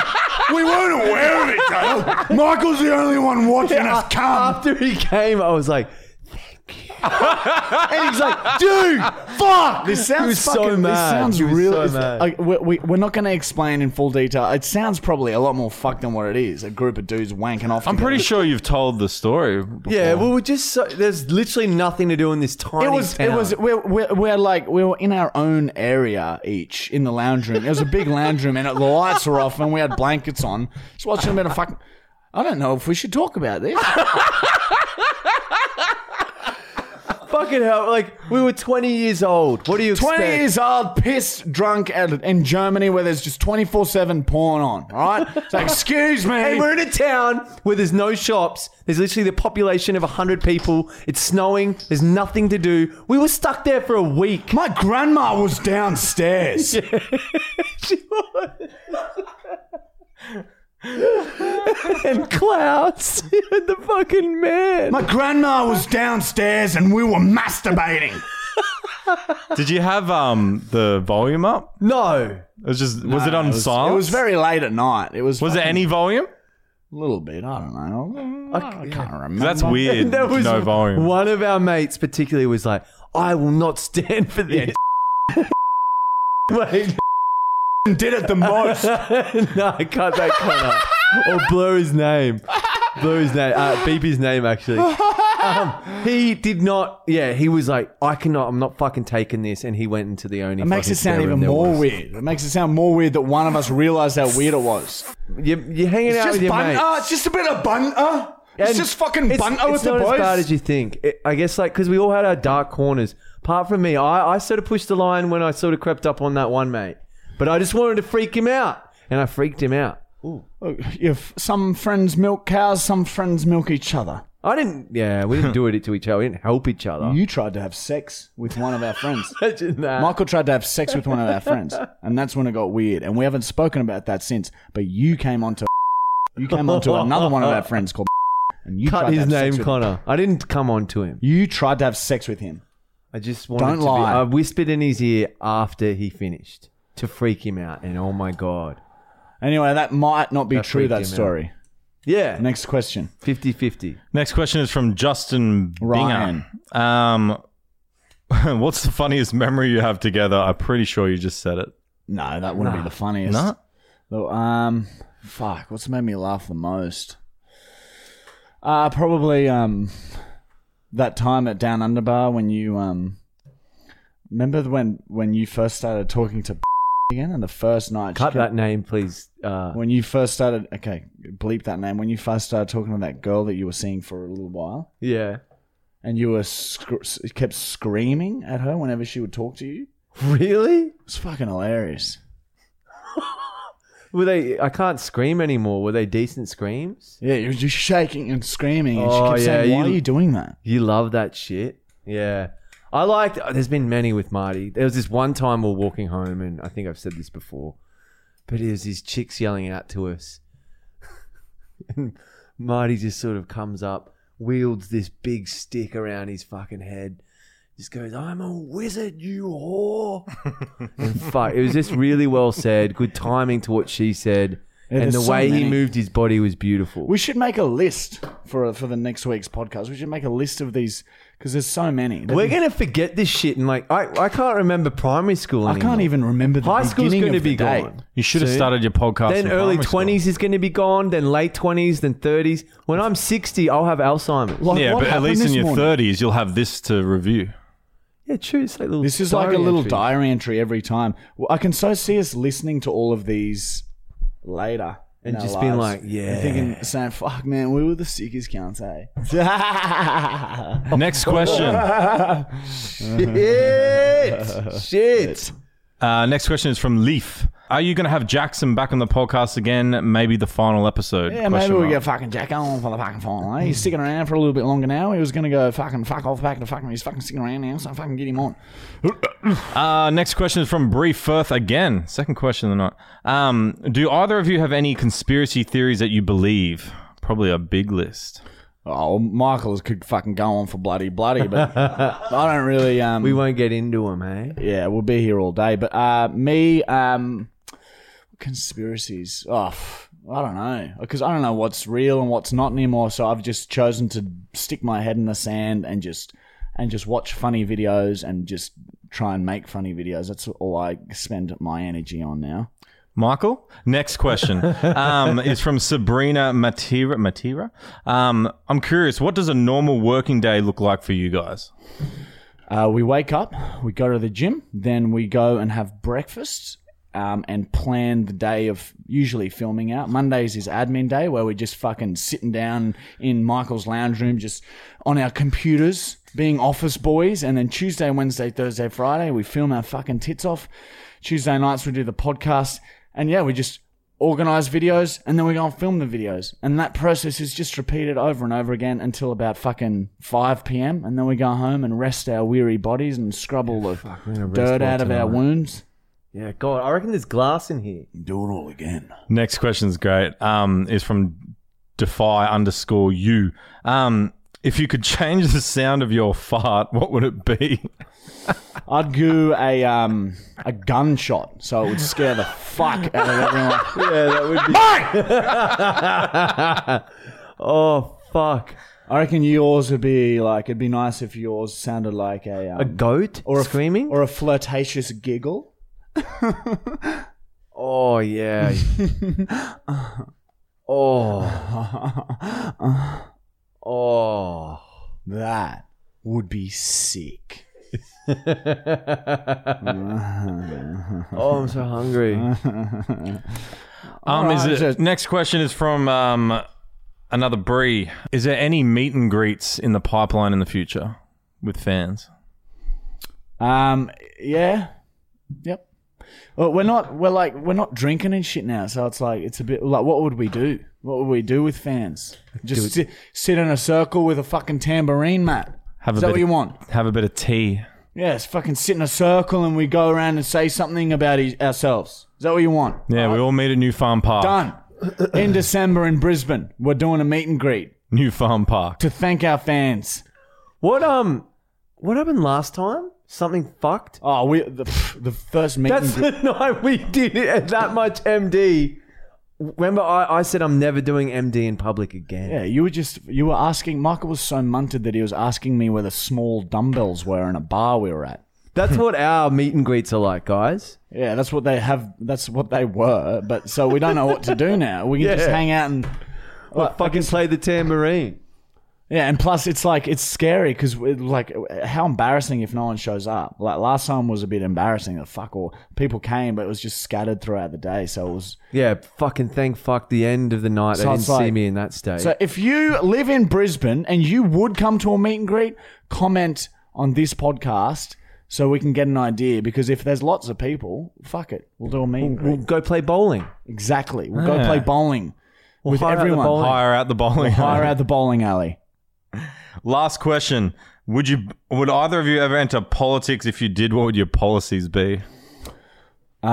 Speaker 1: we weren't aware of each other. Michael's the only one watching us
Speaker 2: A-
Speaker 1: come.
Speaker 2: After he came, I was like, thank you. and he's like, dude, fuck.
Speaker 1: This sounds
Speaker 2: he was
Speaker 1: fucking,
Speaker 2: so mad.
Speaker 1: This sounds
Speaker 2: he was
Speaker 1: really.
Speaker 2: so mad.
Speaker 1: like, we, we, we're not going to explain in full detail. It sounds probably a lot more fucked than what it is. A group of dudes wanking off.
Speaker 3: I'm
Speaker 1: together.
Speaker 3: pretty sure you've told the story. before.
Speaker 2: yeah, we were just so, there's literally nothing to do in this tiny
Speaker 1: It was.
Speaker 2: town.
Speaker 1: It was. We're, we're, we're like we were in our own area each in the lounge room. It was a big lounge room, and it, the lights were off, and we had blankets on. Just watching a bit of fucking. I don't know if we should talk about this.
Speaker 2: fucking hell. Like we were 20 years old. What do you
Speaker 1: 20
Speaker 2: expect?
Speaker 1: years old, pissed, drunk at, in Germany where there's just 24 7 porn on, all right? It's like, excuse me.
Speaker 2: And we're in a town where there's no shops. There's literally the population of 100 people. It's snowing. There's nothing to do. We were stuck there for a week.
Speaker 1: My grandma was downstairs.
Speaker 2: And Klaus, the fucking man.
Speaker 1: My grandma was downstairs and we were masturbating.
Speaker 3: Did you have um the volume up?
Speaker 2: No.
Speaker 3: It was just was it on
Speaker 1: it was,
Speaker 3: silent?
Speaker 1: It was very late at night. It was.
Speaker 3: Was there any volume?
Speaker 1: A little bit. I don't know. I, can't remember.
Speaker 3: That's weird.
Speaker 2: There was
Speaker 3: no volume.
Speaker 2: One of our mates particularly was like, I will not stand for this. Wait,
Speaker 1: did it the most.
Speaker 2: no, I can't that Connor. Or blur his name. Blur his name. Uh, beep his name, actually. Um, he did not, yeah, he was like, I cannot, I'm not fucking taking this. And he went into the only
Speaker 1: It makes
Speaker 2: fucking
Speaker 1: it sound
Speaker 2: spare
Speaker 1: even
Speaker 2: room there
Speaker 1: more
Speaker 2: was.
Speaker 1: weird. It makes it sound more weird that one of us realized how weird it was.
Speaker 2: You, you're hanging out with your mates.
Speaker 1: It's just a bit of bunter.
Speaker 2: And it's- it's not as bad as you think. It- I guess like because we all had our dark corners. Apart from me, I, I sort of pushed the line when I sort of crept up on that one mate, but I just wanted to freak him out, and I freaked him out.
Speaker 1: Look, if some friends milk cows, some friends milk each other.
Speaker 2: I didn't. Yeah, we didn't do it to each other. We didn't help each other.
Speaker 1: You tried to have sex with one of our friends.
Speaker 2: Imagine that.
Speaker 1: Michael tried to have sex with one of our friends, and that's when it got weird. And we haven't spoken about that since. But you came onto, you came onto another one of our friends called, And you tried
Speaker 2: Cut
Speaker 1: to
Speaker 2: his
Speaker 1: have sex
Speaker 2: name,
Speaker 1: with him.
Speaker 2: Connor. I didn't come on to him.
Speaker 1: You tried to have sex with him.
Speaker 2: I just wanted
Speaker 1: Don't
Speaker 2: to
Speaker 1: lie.
Speaker 2: Be, I whispered in his ear after he finished to freak him out. And oh my god.
Speaker 1: Anyway, that might not be
Speaker 2: That
Speaker 1: true.
Speaker 2: freaked
Speaker 1: That
Speaker 2: him out.
Speaker 1: story.
Speaker 2: Yeah.
Speaker 1: Next question.
Speaker 2: 50-50.
Speaker 3: Next question is from Justin
Speaker 1: Ryan.
Speaker 3: Binger. Um, what's the funniest memory you have together? I'm pretty sure you just said it.
Speaker 1: No, that wouldn't be the funniest.
Speaker 3: No?
Speaker 1: The- Um, fuck. What's made me laugh the most? Uh, probably um, that time at Down Under Bar when you um, remember when when you first started talking to again, and the first night. she
Speaker 2: Cut
Speaker 1: came-
Speaker 2: that name, please. Uh,
Speaker 1: When you first started, okay, bleep that name. When you first started talking to that girl that you were seeing for a little while,
Speaker 2: yeah.
Speaker 1: and you were sc- kept screaming at her whenever she would talk to you,
Speaker 2: Really?
Speaker 1: it's fucking hilarious.
Speaker 2: Were they? I can't scream anymore. Were they decent screams?
Speaker 1: Yeah, you were just shaking and screaming, and
Speaker 2: Oh,
Speaker 1: she kept saying,
Speaker 2: yeah,
Speaker 1: "Why
Speaker 2: you-
Speaker 1: are you doing that?"
Speaker 2: You love that shit. Yeah. I liked. oh, There's been many with Marty. There was this one time we were walking home, and I think I've said this before, but it was these chicks yelling out to us, and Marty just sort of comes up, wields this big stick around his fucking head, just goes, "I'm a wizard, you whore." and fuck, it was just really well said. Good timing to what she said,
Speaker 1: Yeah,
Speaker 2: and
Speaker 1: there's
Speaker 2: the
Speaker 1: so
Speaker 2: way
Speaker 1: many.
Speaker 2: he moved his body was beautiful.
Speaker 1: We should make a list for for the next week's podcast. We should make a list of these because there's so many.
Speaker 2: We're gonna forget this shit, and like I, I can't remember primary school.
Speaker 1: I
Speaker 2: Anymore.
Speaker 1: can't even remember the
Speaker 2: High school's
Speaker 1: beginning
Speaker 2: going to
Speaker 1: of the
Speaker 2: be
Speaker 1: day.
Speaker 2: gone.
Speaker 3: You should have
Speaker 2: Soon.
Speaker 3: started your podcast.
Speaker 2: Then
Speaker 3: in
Speaker 2: early
Speaker 3: primary school.
Speaker 2: twenties is going to be gone. Then late twenties. Then thirties. When I'm sixty, I'll have Alzheimer's.
Speaker 1: Like,
Speaker 3: Yeah,
Speaker 1: what
Speaker 3: but at
Speaker 1: happened
Speaker 3: least
Speaker 1: this
Speaker 3: in your
Speaker 1: morning?
Speaker 3: 30s, you'll have this to review.
Speaker 2: yeah, true. It's like little
Speaker 1: This is like a
Speaker 2: diary
Speaker 1: little
Speaker 2: entries.
Speaker 1: diary entry every time. Well, I can so see us listening to all of these later. in
Speaker 2: And
Speaker 1: our
Speaker 2: just being
Speaker 1: lives. And
Speaker 2: like, yeah.
Speaker 1: thinking, saying, fuck, man, we were the sickest cunts, eh?
Speaker 3: Next question.
Speaker 2: Shit, shit.
Speaker 3: Uh, next question is from Leaf. Are you going to have Jackson back on the podcast again? Maybe the final episode.
Speaker 1: Yeah, maybe
Speaker 3: Question
Speaker 1: we'll get
Speaker 3: mark.
Speaker 1: fucking Jack on for the fucking final. Eh? He's sticking around for a little bit longer now. He was going to go fucking fuck off back to fucking. He's fucking sticking around now, so fucking get him on.
Speaker 3: Uh, next question is from Bree Firth again. Second question of the night. Um, do either of you have any conspiracy theories that you believe? Probably a big list.
Speaker 1: Oh, Michael could fucking go on for bloody bloody, but I don't really. Um,
Speaker 2: We won't get into them, eh?
Speaker 1: yeah, we'll be here all day. But uh, me, um, conspiracies. Oh, pff, I don't know because I don't know what's real and what's not anymore. So I've just chosen to stick my head in the sand and just and just watch funny videos and just try and make funny videos. That's all I spend my energy on now.
Speaker 3: Michael, next question um, is from Sabrina Matira. Matira, um, I'm curious, what does a normal working day look like for you guys?
Speaker 1: Uh, we wake up, we go to the gym, then we go and have breakfast. Um, and plan the day of usually filming out. Mondays is admin day where we're just fucking sitting down in Michael's lounge room, just on our computers, being office boys. And then Tuesday, Wednesday, Thursday, Friday, we film our fucking tits off. Tuesday nights, we do the podcast. And yeah, we just organize videos and then we go and film the videos. And that process is just repeated over and over again until about fucking 5 p.m. And then we go home and rest our weary bodies and scrub all the
Speaker 2: we're gonna rest
Speaker 1: dirt
Speaker 2: well
Speaker 1: out of our
Speaker 2: tonight.
Speaker 1: wounds.
Speaker 2: Yeah, God, I reckon there's glass in here.
Speaker 1: Do it all again.
Speaker 3: Next question is great. Um, is from Defy underscore you. Um, if you could change the sound of your fart, what would it be?
Speaker 1: I'd go a um a gunshot so it would scare the fuck out of everyone.
Speaker 2: Yeah, that would be. oh fuck!
Speaker 1: I reckon yours would be like it'd be nice if yours sounded like a um,
Speaker 2: A goat
Speaker 1: or a f-
Speaker 2: screaming?
Speaker 1: or a flirtatious giggle.
Speaker 2: Oh yeah. oh. Oh.
Speaker 1: That would be sick.
Speaker 2: Oh, I'm so hungry.
Speaker 3: Um,
Speaker 1: Alright,
Speaker 3: is it,
Speaker 1: just-
Speaker 3: next question is from um, another Bree. Is there any meet and greets in the pipeline in the future with fans?
Speaker 1: Um, yeah, yep. Well, we're not we're like we're not drinking and shit now, so it's like it's a bit like what would we do? What would we do with fans? Just sit, sit in a circle with a fucking tambourine, Matt.
Speaker 3: Have
Speaker 1: Is
Speaker 3: a
Speaker 1: that
Speaker 3: bit
Speaker 1: what you
Speaker 3: of,
Speaker 1: want?
Speaker 3: Have a bit of tea.
Speaker 1: Yeah, it's fucking sit in a circle and we go around and say something about e- ourselves. Is that what you want?
Speaker 3: Yeah, we all meet at New Farm Park.
Speaker 1: Done. In December in Brisbane, we're doing a meet and greet.
Speaker 3: New Farm Park.
Speaker 1: to thank our fans.
Speaker 2: What um, what happened last time? Something fucked.
Speaker 1: Oh, we the, pff, the first meeting.
Speaker 2: That's the night we did it at that much MD. Remember, I, I said I'm never doing MD in public again.
Speaker 1: yeah, you were just you were asking. Michael was so munted that he was asking me where the small dumbbells were in a bar we were at.
Speaker 2: That's what our meet and greets are like, guys.
Speaker 1: Yeah, that's what they have. That's what they were. But so we don't know what to do now. We can just
Speaker 2: Yeah.
Speaker 1: hang out and
Speaker 2: Well, fucking play the tambourine.
Speaker 1: yeah. And plus, it's like it's scary because like how embarrassing if no one shows up. Like last time was a bit embarrassing. The fuck all people came, but it was just scattered throughout the day. So it was.
Speaker 2: Yeah, fucking thank fuck the end of the night. they
Speaker 1: So
Speaker 2: didn't
Speaker 1: it's like-
Speaker 2: see me in that state.
Speaker 1: So if you live in Brisbane and you would come to a meet and greet, comment on this podcast so we can get an idea. Because if there's lots of people, fuck it, we'll do a meet and
Speaker 2: we'll
Speaker 1: greet.
Speaker 2: go play bowling.
Speaker 1: Exactly, we'll go
Speaker 3: Yeah.
Speaker 1: play bowling
Speaker 2: We'll
Speaker 1: with
Speaker 2: hire out the
Speaker 1: everyone.
Speaker 2: bowling-
Speaker 3: Hire out the bowling.
Speaker 1: Hire out the bowling alley.
Speaker 3: Last question. Would you would either of you ever enter politics? If you did, what would your policies be?
Speaker 1: Um,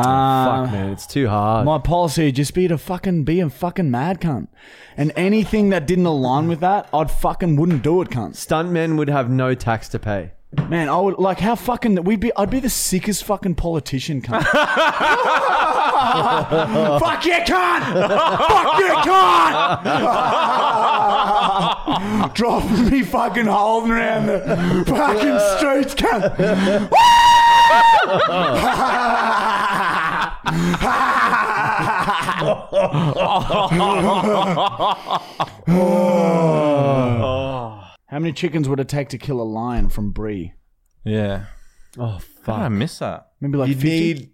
Speaker 2: fuck, man, it's too hard.
Speaker 1: Uh, my policy would just be to fucking be a fucking mad cunt, and anything that didn't align with that, I'd fucking wouldn't do it, cunts.
Speaker 2: Stuntmen would have no tax to pay.
Speaker 1: Man, I would like how fucking we'd be. I'd be the sickest fucking politician, cunt. Fuck you, cunt! Fuck you, cunt! Dropping me fucking holding around the fucking streets, cunt. How many chickens would it take to kill a lion from Brie?
Speaker 3: Yeah.
Speaker 2: Oh
Speaker 3: How did I
Speaker 2: fuck!
Speaker 3: miss that?
Speaker 1: Maybe like
Speaker 2: You
Speaker 1: 50?
Speaker 2: need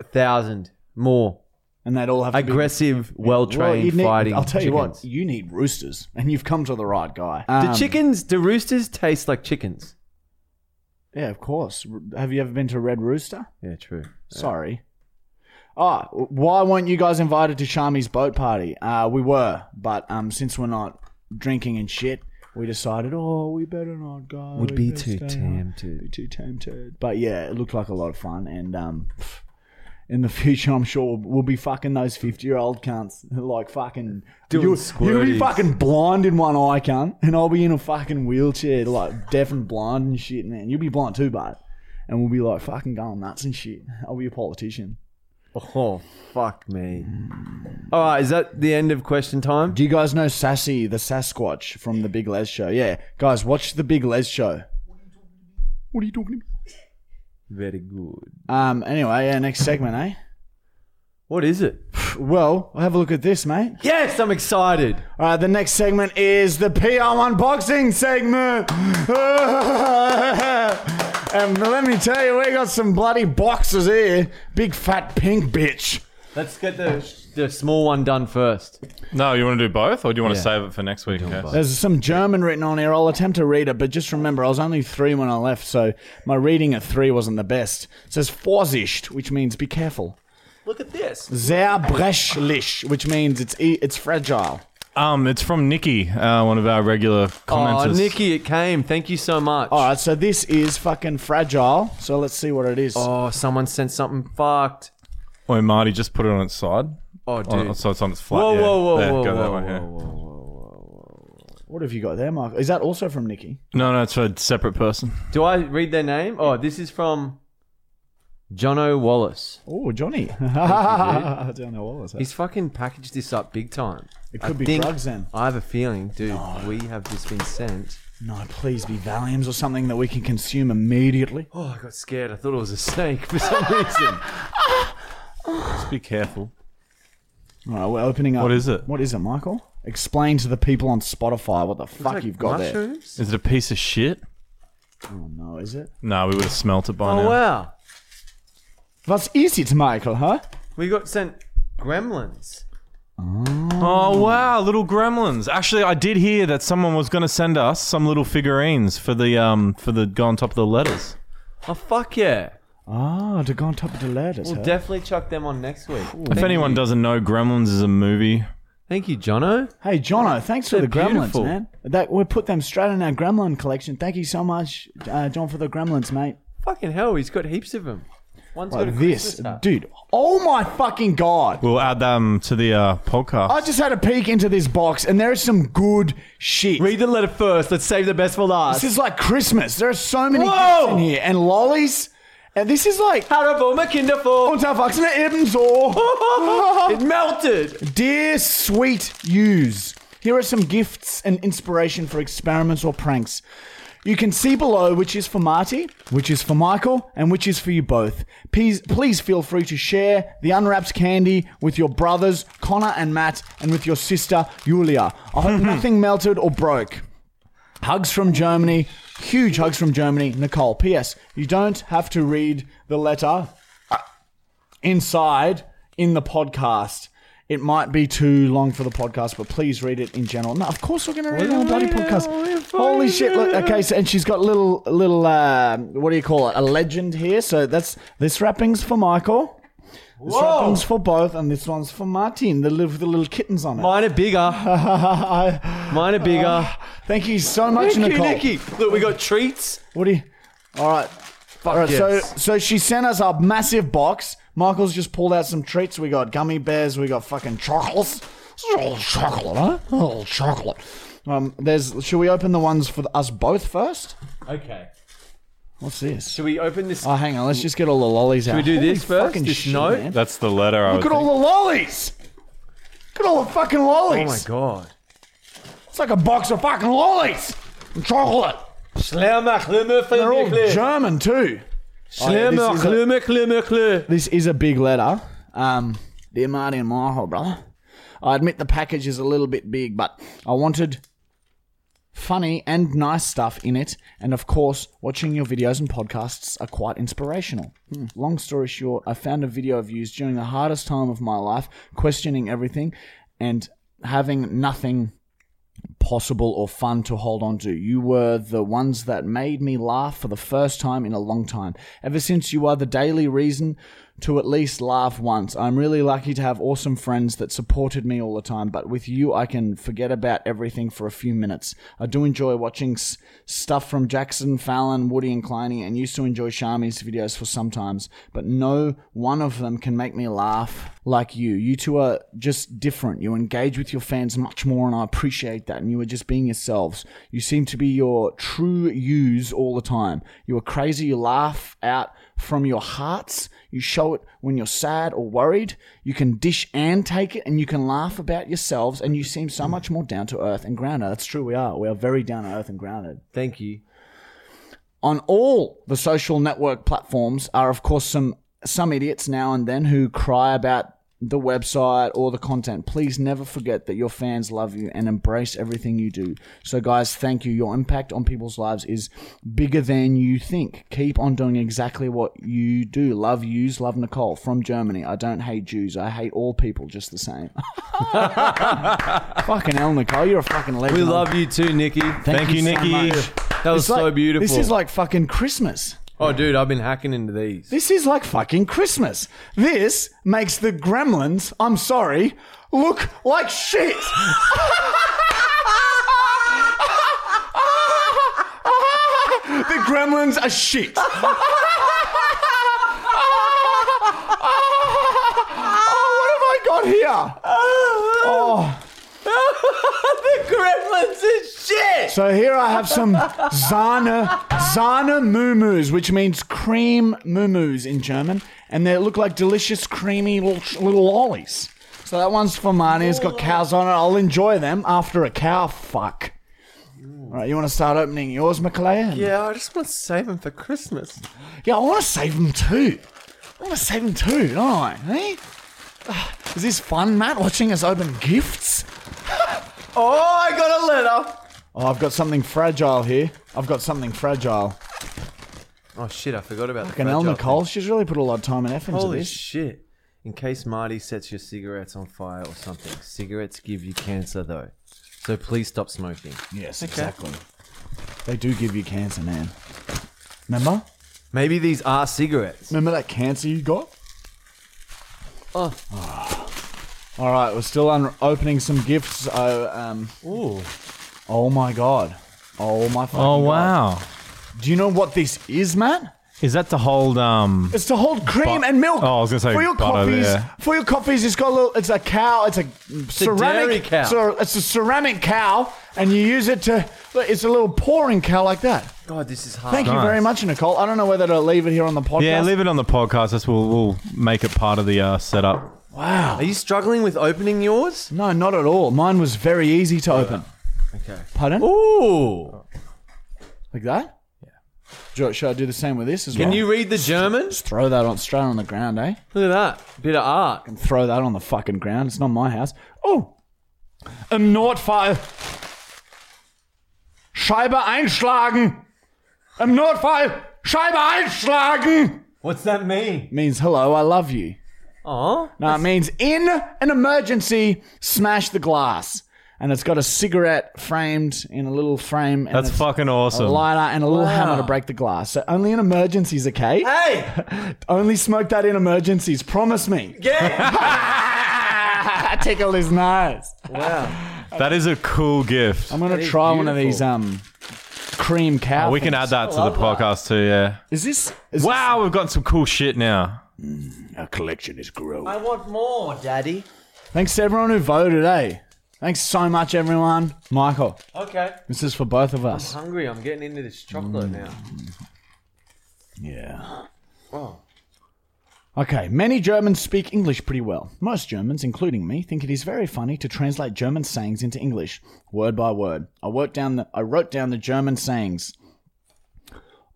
Speaker 2: a thousand more
Speaker 1: and they'd all have to be
Speaker 2: aggressive, well-trained
Speaker 1: you need-
Speaker 2: fighting.
Speaker 1: I'll tell you
Speaker 2: chickens.
Speaker 1: what, you need roosters, and you've come to the right guy.
Speaker 2: Do
Speaker 1: Um,
Speaker 2: chickens, do roosters taste like chickens?
Speaker 1: Yeah, of course. R- Have you ever been to Red Rooster?
Speaker 2: Yeah, true.
Speaker 1: Sorry. Ah, why weren't you guys invited to Shami's boat party? Uh, we were, but um, since we're not drinking and shit, we decided, oh, we better not go.
Speaker 2: Would
Speaker 1: We
Speaker 2: be
Speaker 1: better
Speaker 2: too
Speaker 1: stay home. Be
Speaker 2: tempted.
Speaker 1: too tempted. But yeah, it looked like a lot of fun, and um, in the future, I'm sure we'll, we'll be fucking those 50 year old cunts, like fucking you'll,
Speaker 2: Doing
Speaker 1: you'll be
Speaker 2: squirties.
Speaker 1: fucking blind in one eye, cunt, and I'll be in a fucking wheelchair, like deaf and blind and shit, man. You'll be blind too, bud. And we'll be like fucking going nuts and shit. I'll be a politician.
Speaker 2: Oh fuck me! All right, is that the end of question time?
Speaker 1: Do you guys know Sassy the Sasquatch from the Big Les Show? Yeah, guys, watch the Big Les Show. What are you talking about?
Speaker 2: Very good.
Speaker 1: Um. Anyway, yeah. Next segment, eh?
Speaker 2: What is it?
Speaker 1: Well, have a look at this, mate.
Speaker 2: Yes, I'm excited.
Speaker 1: All right, Uh, the next segment is the PR unboxing segment. and let me tell you, we got some bloody boxes here. Big fat pink bitch.
Speaker 2: Let's get the the small one done first.
Speaker 3: No, you want to do both, or do you want
Speaker 2: Yeah.
Speaker 3: to save it for next week? Cass?
Speaker 1: There's some German written on here. I'll attempt to read it, but just remember, I was only three when I left, so my reading at three wasn't the best. It says Vorsicht, which means be careful.
Speaker 2: Look at this.
Speaker 1: Sehr brechlich, which means it's e- it's fragile.
Speaker 3: Um, it's from Nikki, uh, one of our regular
Speaker 2: Oh,
Speaker 3: commenters.
Speaker 2: Nikki, it came. Thank you so much.
Speaker 1: All right, so this is fucking fragile. So let's see what it is.
Speaker 2: Oh, someone sent something fucked.
Speaker 3: Oi, Marty, just put it on its side.
Speaker 2: Oh,
Speaker 3: On-
Speaker 2: dude.
Speaker 3: so it's on its flat.
Speaker 2: whoa,
Speaker 3: yeah.
Speaker 2: whoa, whoa,
Speaker 3: There,
Speaker 2: whoa,
Speaker 3: go that
Speaker 2: whoa,
Speaker 3: way, yeah.
Speaker 2: whoa, whoa, whoa.
Speaker 1: What have you got there, Mark? Is that also from Nikki?
Speaker 3: No, no, it's for a separate person.
Speaker 2: Do I read their name? Oh, this is from Jono Wallace.
Speaker 1: Oh, Johnny. I don't know what was that.
Speaker 2: He's fucking packaged this up big time.
Speaker 1: It
Speaker 2: I
Speaker 1: could be
Speaker 2: think-
Speaker 1: drugs then.
Speaker 2: I have a feeling, dude, we have this been sent.
Speaker 1: No, please be Valiums or something that we can consume immediately.
Speaker 2: Oh, I got scared. I thought it was a snake for some reason.
Speaker 3: Just be careful.
Speaker 1: All right, we're opening up.
Speaker 3: What is it?
Speaker 1: What is it, Michael? Explain to the people on Spotify what the fuck
Speaker 2: Like
Speaker 1: you've got there.
Speaker 2: mushrooms?
Speaker 3: Is it a piece of shit?
Speaker 1: Oh, no, is it?
Speaker 3: No, we would have smelt it by
Speaker 2: Oh,
Speaker 3: now.
Speaker 2: wow.
Speaker 1: What is it, Michael, huh?
Speaker 2: We got sent gremlins.
Speaker 3: Oh wow, little gremlins. Actually, I did hear that someone was going to send us some little figurines for the um for the go on top of the letters.
Speaker 2: Oh, fuck yeah.
Speaker 1: Ah, to go on top of the ladders,
Speaker 2: We'll
Speaker 1: huh?
Speaker 2: definitely chuck them on next week.
Speaker 3: if anyone doesn't know, Gremlins is a movie.
Speaker 2: Thank you, Jono.
Speaker 1: Hey, Jono, thanks for
Speaker 2: They're
Speaker 1: the gremlins,
Speaker 2: beautiful.
Speaker 1: man. That We put them straight in our gremlin collection. Thank you so much, uh, John, for the gremlins, mate.
Speaker 2: Fucking hell, he's got heaps of them. One's got a
Speaker 1: Like this,
Speaker 2: Christmas hat.
Speaker 1: dude. Oh my fucking god!
Speaker 3: We'll add them to the uh, podcast.
Speaker 1: I just had a peek into this box, and there is some good shit.
Speaker 2: Read the letter first. Let's save the best for last.
Speaker 1: This is like Christmas. There are so many
Speaker 2: Whoa!
Speaker 1: gifts in here, and lollies. And this is like
Speaker 2: Haribo Kinderfall.
Speaker 1: Unterwachsene ebenso.
Speaker 2: It melted.
Speaker 1: Dear sweet yous, here are some gifts and inspiration for experiments or pranks. You can see below which is for Marty, which is for Michael, and which is for you both. Please, please feel free to share the unwrapped candy with your brothers, Connor and Matt, and with your sister, Julia. I hope nothing melted or broke. Hugs from Germany. Huge hugs from Germany. Nicole. P.S. You don't have to read the letter uh, inside in the podcast. It might be too long for the podcast, but please read it in general. No, of course we're going to read it on the bloody podcast. Holy shit! Look, okay, so, and she's got little, little, uh, what do you call it? A legend here. So that's this wrapping's for Michael. This wrapping's for both, and this one's for Martin. The little, the little kittens on it.
Speaker 2: Mine are bigger. Mine are bigger.
Speaker 1: Thank you so much,
Speaker 2: Thank you,
Speaker 1: Nicole.
Speaker 2: Nikki. Look, we got treats.
Speaker 1: What do you? All right. All right.
Speaker 2: yes.
Speaker 1: So, so she sent us a massive box. Michael's just pulled out some treats. We got gummy bears. We got fucking chocolates. It's all chocolate, huh? All chocolate. Um, there's. Should we open the ones for us both first?
Speaker 2: Okay.
Speaker 1: What's this?
Speaker 2: Should we open this?
Speaker 1: Oh, hang on. Let's just get all the lollies out.
Speaker 2: we do
Speaker 1: Holy
Speaker 2: this first?
Speaker 1: fucking
Speaker 2: This
Speaker 1: shit,
Speaker 2: note?
Speaker 1: man.
Speaker 3: That's the letter. I
Speaker 1: Look
Speaker 3: was
Speaker 1: at all the lollies. Look at all the fucking lollies.
Speaker 2: oh my god.
Speaker 1: It's like a box of fucking lollies. And chocolate. They're all German too. Oh, yeah, this is a- This is a big letter. Um, dear Marty and Michael, brother. I admit the package is a little bit big, but I wanted funny and nice stuff in it. And of course, watching your videos and podcasts are quite inspirational. Hmm. Long story short, I found a video of yous during the hardest time of my life, questioning everything and having nothing possible or fun to hold on to. You were the ones that made me laugh for the first time in a long time. Ever since you are the daily reason to at least laugh once. I'm really lucky to have awesome friends that supported me all the time, but with you I can forget about everything for a few minutes. I do enjoy watching s- stuff from Jackson, Fallon, Woody and Kleiny and used to enjoy Shami's videos for sometimes, but no one of them can make me laugh like you. You two are just different. You engage with your fans much more, and I appreciate that. And you are just being yourselves. You seem to be your true yous all the time. You are crazy. You laugh out from your hearts. You show it when you're sad or worried. You can dish and take it, and you can laugh about yourselves. And you seem so much more down to earth and grounded. That's true. We are. We are very down to earth and grounded
Speaker 2: Thank you. We love you too, Nikki.
Speaker 3: Thank you,
Speaker 1: so
Speaker 3: Nikki.
Speaker 1: much.
Speaker 2: That was
Speaker 1: It's like-
Speaker 2: so beautiful.
Speaker 1: This is like fucking Christmas.
Speaker 2: oh, dude, I've been hacking into these.
Speaker 1: This is like fucking Christmas. This makes the gremlins, I'm sorry, look like shit. the gremlins are shit. oh, what have I got here? Oh.
Speaker 2: the gremlins is shit.
Speaker 1: So here I have some Zana Zana Mumus, which means cream mumus in German, and they look like delicious, creamy little, little lollies. So that one's for Marnie. It's got cows on it. I'll enjoy them after a cow fuck. All right, you want to start opening yours, McLean?
Speaker 2: Yeah, I just want to save them for Christmas.
Speaker 1: Yeah, I want to save them too. I want to save them too, don't I? Eh? Ah, Is this fun, Matt? Watching us open gifts?
Speaker 2: Oh, I got a letter.
Speaker 1: Oh, I've got something fragile here. I've got something fragile.
Speaker 2: Oh shit, I forgot about
Speaker 1: Fucking hell,
Speaker 2: fragile
Speaker 1: Nicole.
Speaker 2: thing.
Speaker 1: She's really put a lot of time and effort into
Speaker 2: Holy
Speaker 1: this.
Speaker 2: shit. In case Marty sets your cigarettes on fire or something, cigarettes give you cancer though. So please stop smoking.
Speaker 1: yes, exactly. They do give you cancer, man. Remember?
Speaker 2: Maybe these are cigarettes.
Speaker 1: Remember that cancer you got? Ah.
Speaker 2: Oh.
Speaker 1: All right, we're still un- opening some gifts. Oh, um,
Speaker 2: Ooh.
Speaker 1: oh my god. Oh my fucking
Speaker 3: Oh
Speaker 1: God.
Speaker 3: wow!
Speaker 1: Do you know what this is, Matt?
Speaker 3: Is that to hold? Um,
Speaker 1: It's to hold cream
Speaker 3: But-
Speaker 1: and milk.
Speaker 3: Oh, I was gonna say
Speaker 1: for your
Speaker 3: butter,
Speaker 1: coffees.
Speaker 3: yeah.
Speaker 1: For your coffees, it's got a little. It's a cow. It's a ceramic
Speaker 2: dairy cow.
Speaker 1: cer- it's a ceramic cow, and you use it to. look, It's a little pouring cow like that.
Speaker 2: God, this is hard.
Speaker 1: Thank you
Speaker 3: Nice.
Speaker 1: very much, Nicole. I don't know whether to leave it here on the podcast.
Speaker 3: yeah, leave it on the podcast. That's we'll we'll make it part of the uh, setup.
Speaker 1: Wow.
Speaker 2: Are you struggling with opening yours?
Speaker 1: No, not at all. Mine was very easy to open.
Speaker 2: Okay.
Speaker 1: Pardon?
Speaker 2: Ooh.
Speaker 1: Like that? Yeah. Should I do the same with this as
Speaker 2: Can
Speaker 1: well?
Speaker 2: you read the German?
Speaker 1: Just throw that on straight on the ground, eh?
Speaker 2: Look at that. Bit of art.
Speaker 1: And throw that on the fucking ground. It's not my house. Oh, im Notfall Scheibe einschlagen. Im Notfall Scheibe einschlagen
Speaker 2: What's that mean?
Speaker 1: means hello, I love you.
Speaker 2: Aw.
Speaker 1: No, it means in an emergency, smash the glass. And it's got a cigarette framed in a little frame. And
Speaker 3: That's
Speaker 1: it's
Speaker 3: fucking awesome.
Speaker 1: A lighter and a little hammer to break the glass. So only in emergencies, okay?
Speaker 2: Hey!
Speaker 1: Only smoke that in emergencies. Promise me. Yeah. Tickle is nice.
Speaker 2: Wow.
Speaker 3: That is a cool gift.
Speaker 1: I'm gonna
Speaker 2: That is
Speaker 1: try one of
Speaker 2: beautiful.
Speaker 1: these um cream cow.
Speaker 3: Oh, we can
Speaker 1: things.
Speaker 3: add that to
Speaker 2: I
Speaker 3: the
Speaker 2: love that.
Speaker 3: podcast too. Yeah.
Speaker 1: Is this? Is
Speaker 3: Wow, we've got some cool shit now.
Speaker 1: This, our collection is growing.
Speaker 2: I want more, Daddy.
Speaker 1: Thanks to everyone who voted, eh? Thanks so much, everyone. Michael,
Speaker 2: Okay.
Speaker 1: this is for both of us.
Speaker 2: Hungry. I'm getting into this chocolate
Speaker 1: Mm.
Speaker 2: now.
Speaker 1: Yeah.
Speaker 2: Oh.
Speaker 1: Okay, many Germans speak English pretty well. Most Germans, including me, think it is very funny to translate German sayings into English, word by word. I wrote down the, I wrote down the German sayings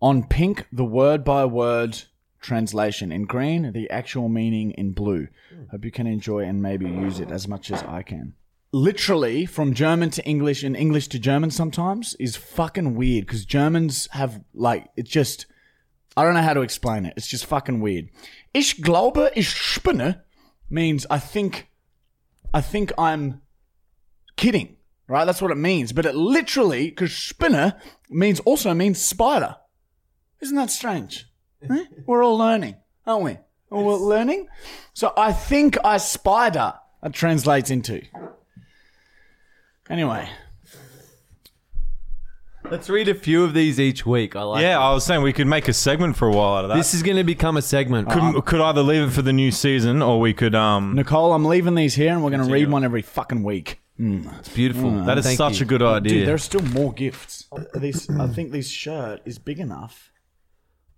Speaker 1: on pink, the word by word translation in green, the actual meaning in blue. Hope you can enjoy and maybe use it as much as I can. Literally from German to English and English to German sometimes is fucking weird because Germans have like it just. I don't know how to explain it. It's just fucking weird. Ich glaube, ich spinne means I think, I think I'm kidding, right? That's what it means. But it literally, because spinner means also means spider. Isn't that strange? Eh? We're all learning, aren't we? We're all learning. So I think I spider. That translates into. Anyway,
Speaker 2: Let's read a few of these each week. I like
Speaker 3: Yeah, I was saying we could make a segment for a while out of that.
Speaker 2: This is going to become a segment.
Speaker 1: Uh-huh.
Speaker 3: could, could either leave it for the new season or we could. Um,
Speaker 1: Nicole, I'm leaving these here, and we're going to read one every fucking week. Hmm.
Speaker 2: It's beautiful.
Speaker 3: that is such a good idea.
Speaker 1: Dude, there are still more gifts. This, I think this shirt is big enough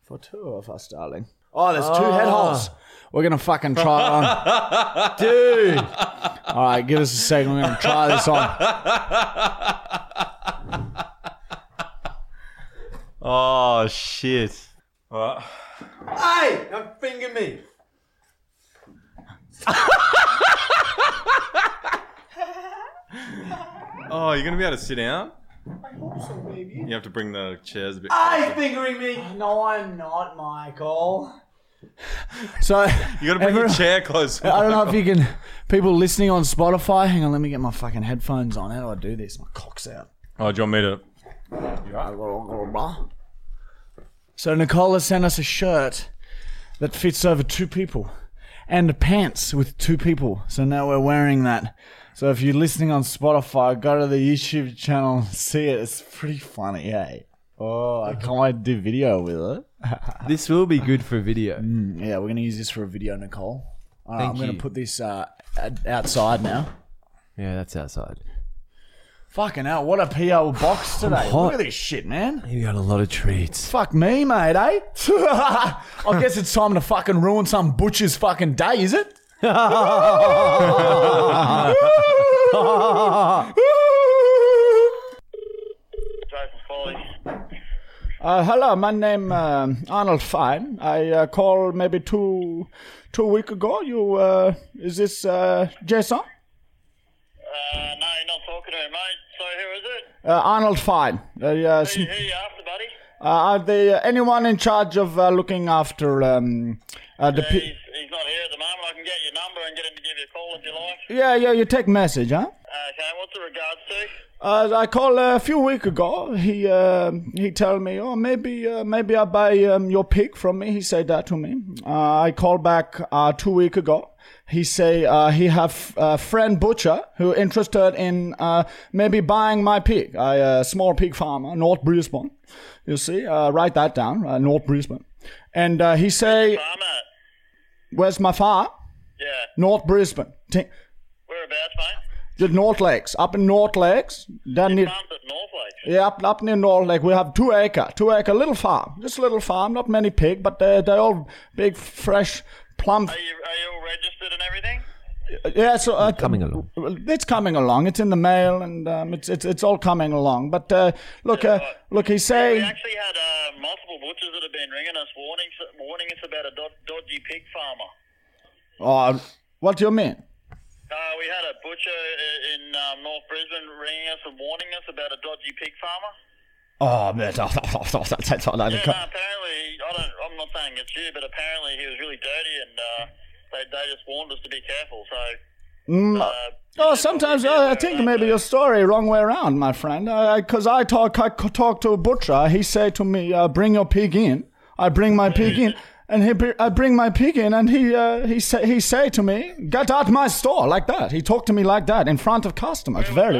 Speaker 1: for two of us, darling. Oh, there's two head holes. We're gonna fucking try it on, dude. All right, give us a second. We're gonna try this on.
Speaker 3: oh shit! Alright.
Speaker 2: Hey, don't finger me.
Speaker 3: Oh, you're gonna be able to sit down. You have to bring the chairs a bit.
Speaker 1: Ah,
Speaker 2: Hey, fingering me.
Speaker 1: No, I'm not, Michael. So
Speaker 3: You gotta bring
Speaker 1: everyone-
Speaker 3: your chair closer.
Speaker 1: I don't know if you can. People listening on Spotify, hang on. Let me get my fucking headphones on. How do I do this? My cock's out.
Speaker 3: Oh, do you want me to?
Speaker 1: So Nicola sent us a shirt that fits over two people and pants with two people. So now we're wearing that. So if you're listening on Spotify, go to the YouTube channel, see it. It's pretty funny, hey. Oh, I can't wait to do video with it.
Speaker 2: This will be good for video.
Speaker 1: Yeah, we're gonna use this for a video, Nicole. All right,
Speaker 2: Thank
Speaker 1: I'm gonna
Speaker 2: you.
Speaker 1: put this uh, ad- outside now.
Speaker 2: Yeah, that's outside.
Speaker 1: Fucking hell, what a PO box today. Look at this shit, man.
Speaker 2: You got a lot of treats.
Speaker 1: Fuck me, mate, eh? I guess it's time to fucking ruin some butcher's fucking day, is it? Uh, hello, my name um Arnold Fine. I uh, called maybe two two week ago. You uh, is this uh, Jason?
Speaker 5: Uh, no, you're not talking to me, mate. So who is it?
Speaker 1: Uh, Arnold Fine. Uh, yeah,
Speaker 5: Who,
Speaker 1: sm-
Speaker 5: who you after, buddy?
Speaker 1: uh, are there anyone in charge of uh, looking after um, uh, the? Pe-
Speaker 5: He's, he's not here at the moment. I can get your number and get him to give you a call if you like.
Speaker 1: yeah, yeah. You take message, huh?
Speaker 5: Okay, what's the regards to?
Speaker 1: Uh, I called a few weeks ago. He uh, he told me, oh maybe uh, maybe I buy um, your pig from me. He said that to me. Uh, I called back uh, two weeks ago. He say uh, he have a friend butcher who interested in uh, maybe buying my pig. I a small pig farmer, North Brisbane. You see, uh, write that uh, down, uh, North Brisbane. And uh, he say,
Speaker 5: Farm at?
Speaker 1: "Where's my farm?
Speaker 5: Yeah.
Speaker 1: North Brisbane, T-
Speaker 5: Whereabouts, mate?
Speaker 1: the North Lakes, up in North Lakes, down near."
Speaker 5: Farms at North Lakes.
Speaker 1: Yeah, up, up near North Lake, we have two acre, two acre little farm, just a little farm, not many pig, but they they all big, fresh, plump.
Speaker 5: Are you, are you all registered and everything?
Speaker 1: Yeah, so uh,
Speaker 6: Coming along.
Speaker 1: Well, It's coming along. It's in the mail, and um, it's it's it's all coming along. But uh, look, uh, look, he's
Speaker 5: We
Speaker 1: saying,
Speaker 5: actually had uh, multiple butchers that have been ringing us, warning warning us about a dod- dodgy pig farmer.
Speaker 1: "Oh, what do you mean?"
Speaker 5: Uh, we had a butcher i- in um, North Brisbane ringing us and warning us about a dodgy pig farmer.
Speaker 1: Oh, man, that's all I
Speaker 5: Yeah,
Speaker 1: can-
Speaker 5: no, apparently, I don't, I'm not saying it's you, but apparently he was really dirty and uh, they, they just warned us to be careful. So, uh,
Speaker 1: Oh, sometimes I, I think maybe your story wrong way around, my friend. Because I talk, I c- talk to a butcher. He say to me, uh, "Bring your pig in." I bring my pig in, and he, br- I bring my pig in, and he, uh, he say, he say to me, "Get out my store!" Like that. He talked to me like that in front of customers. Very.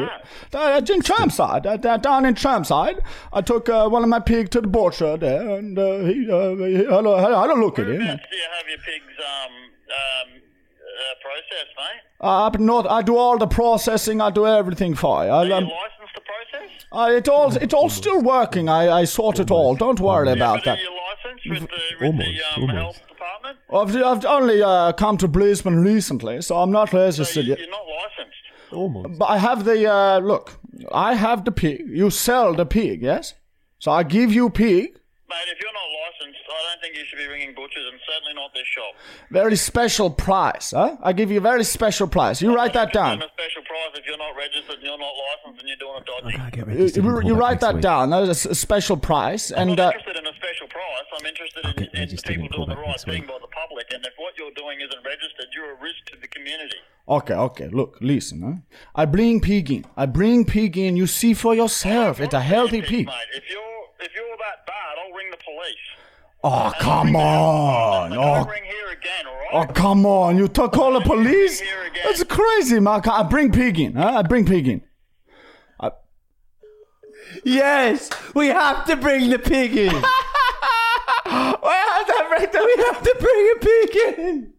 Speaker 1: Uh, in Tramside, uh, da- down in Tramside, I took uh, one of my pig to the butcher there, and uh, he, uh, he, hello, hello, hello, look at him.
Speaker 5: Do you have your pigs um, um, uh, processed, mate?
Speaker 1: Uh, up north, I do all the processing. I do everything for you. I,
Speaker 5: Are
Speaker 1: um,
Speaker 5: you licensed to process?
Speaker 1: Uh, it all it's all still working. I, I sort it all. Don't worry about
Speaker 5: But
Speaker 1: that.
Speaker 5: are you licensed with the, with
Speaker 6: Almost,
Speaker 5: the um,
Speaker 6: almost.
Speaker 5: health department?
Speaker 1: I've, I've only uh, come to Brisbane recently, so I'm not
Speaker 5: So
Speaker 1: registered
Speaker 5: you,
Speaker 1: yet.
Speaker 5: you're not licensed.
Speaker 6: Almost.
Speaker 1: But I have the uh, look. I have the pig. You sell the pig, yes? So I give you pig.
Speaker 5: Mate, if you're not licensed, I don't think you should be ringing butchers and certainly not this shop.
Speaker 1: Very special price, huh? I give you very special price. You write that
Speaker 5: Give
Speaker 1: down.
Speaker 5: them a special prize if you're not registered and you're not licensed and you're doing a dodgy.
Speaker 6: I get
Speaker 1: You,
Speaker 6: registered.
Speaker 1: you,
Speaker 6: and
Speaker 1: you
Speaker 6: call back
Speaker 1: write
Speaker 6: next
Speaker 1: that
Speaker 6: week.
Speaker 1: down. That is a special price,
Speaker 5: I'm
Speaker 1: and
Speaker 5: not
Speaker 1: uh,
Speaker 5: interested in a special price. I'm interested in,
Speaker 6: get
Speaker 5: in
Speaker 6: registered
Speaker 5: people
Speaker 6: and call
Speaker 5: doing the
Speaker 6: back
Speaker 5: right
Speaker 6: next week.
Speaker 5: thing by the public. And if what you're doing isn't registered, you're a risk to the community.
Speaker 1: okay, okay. Look, listen, huh? I bring pig in. I bring pig in. You see for yourself. It's a healthy pig.
Speaker 5: Mate, if you're, if you're that bad, I'll ring the police.
Speaker 1: Oh come on!
Speaker 5: But
Speaker 1: Oh
Speaker 5: don't ring here again, all
Speaker 1: Oh,
Speaker 5: right?
Speaker 1: come on. You talk call the police?
Speaker 5: Here again.
Speaker 1: That's crazy, man. I bring pig in. Huh? I bring pig in.
Speaker 6: Yes, we have to bring the pig in. we have to bring the, we have to bring a pig in.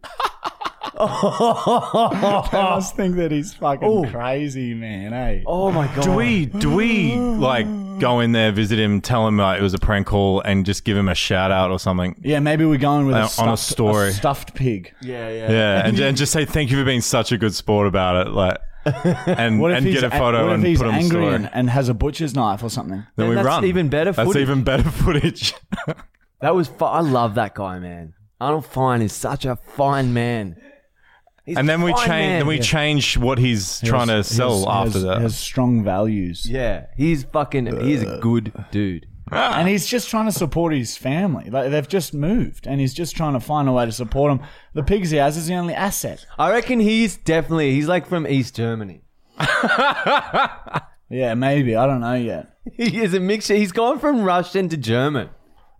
Speaker 1: I must think that he's fucking
Speaker 6: Oh.
Speaker 1: crazy, man. eh? Hey.
Speaker 6: Oh my god.
Speaker 3: Do we do we like go in there, visit him, tell him uh, it was a prank call, and just give him a shout out or something?
Speaker 1: Yeah, maybe we're going with a
Speaker 3: Uh, on a
Speaker 1: stuffed,
Speaker 3: story.
Speaker 1: stuffed pig.
Speaker 6: Yeah, yeah.
Speaker 3: Yeah, and, and just say thank you for being such a good sport about it, like, and
Speaker 1: What if
Speaker 3: and
Speaker 1: he's
Speaker 3: get a photo
Speaker 1: what if
Speaker 3: and
Speaker 1: he's
Speaker 3: put him
Speaker 1: angry
Speaker 3: story.
Speaker 1: and, and has a butcher's knife or something?
Speaker 3: then
Speaker 6: Then
Speaker 3: we
Speaker 6: that's
Speaker 3: run.
Speaker 6: even better
Speaker 3: That's
Speaker 6: footage.
Speaker 3: even better footage.
Speaker 6: That was. Fu- I love that guy, man. Arnold Fine is such a fine man. He's
Speaker 3: and then we
Speaker 6: a fine
Speaker 3: change.
Speaker 6: man.
Speaker 3: Then we
Speaker 6: yeah.
Speaker 3: change what he's trying to sell
Speaker 1: He
Speaker 3: after
Speaker 1: has,
Speaker 3: that.
Speaker 1: He has strong values.
Speaker 6: Yeah, he's fucking. he's a good dude.
Speaker 1: And he's just trying to support his family. Like they've just moved and he's just trying to find a way to support them. The pigs he has is the only asset.
Speaker 6: I reckon he's definitely. He's like from East Germany.
Speaker 1: Yeah, maybe. I don't know yet.
Speaker 6: He is a mixture. He's gone from Russian to German.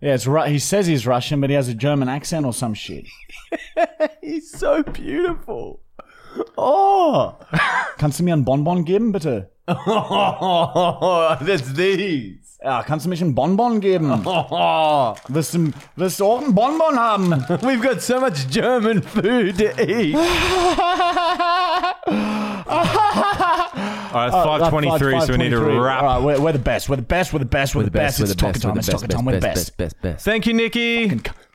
Speaker 1: Yeah, it's right. He says he's Russian, but he has a German accent or some shit.
Speaker 6: He's so beautiful. Oh,
Speaker 1: Kannst du mir ein Bonbon geben, bitte?
Speaker 6: that's these.
Speaker 1: Ja, kannst du mich ein Bonbon geben?
Speaker 6: Oh,
Speaker 1: Wirst du, wirst du auch ein Bonbon haben?
Speaker 6: we've got so much German food to eat.
Speaker 3: All right, five twenty-three. So we need to
Speaker 1: 5:23.
Speaker 3: wrap.
Speaker 1: Uh, All right, we're, we're the best. We're the best. We're the best. We're the best. We're the best. It's talking time. It's talking time. We're the
Speaker 6: best,
Speaker 1: best.
Speaker 6: best, best.
Speaker 3: Thank you, Nikki.
Speaker 1: Fucking c-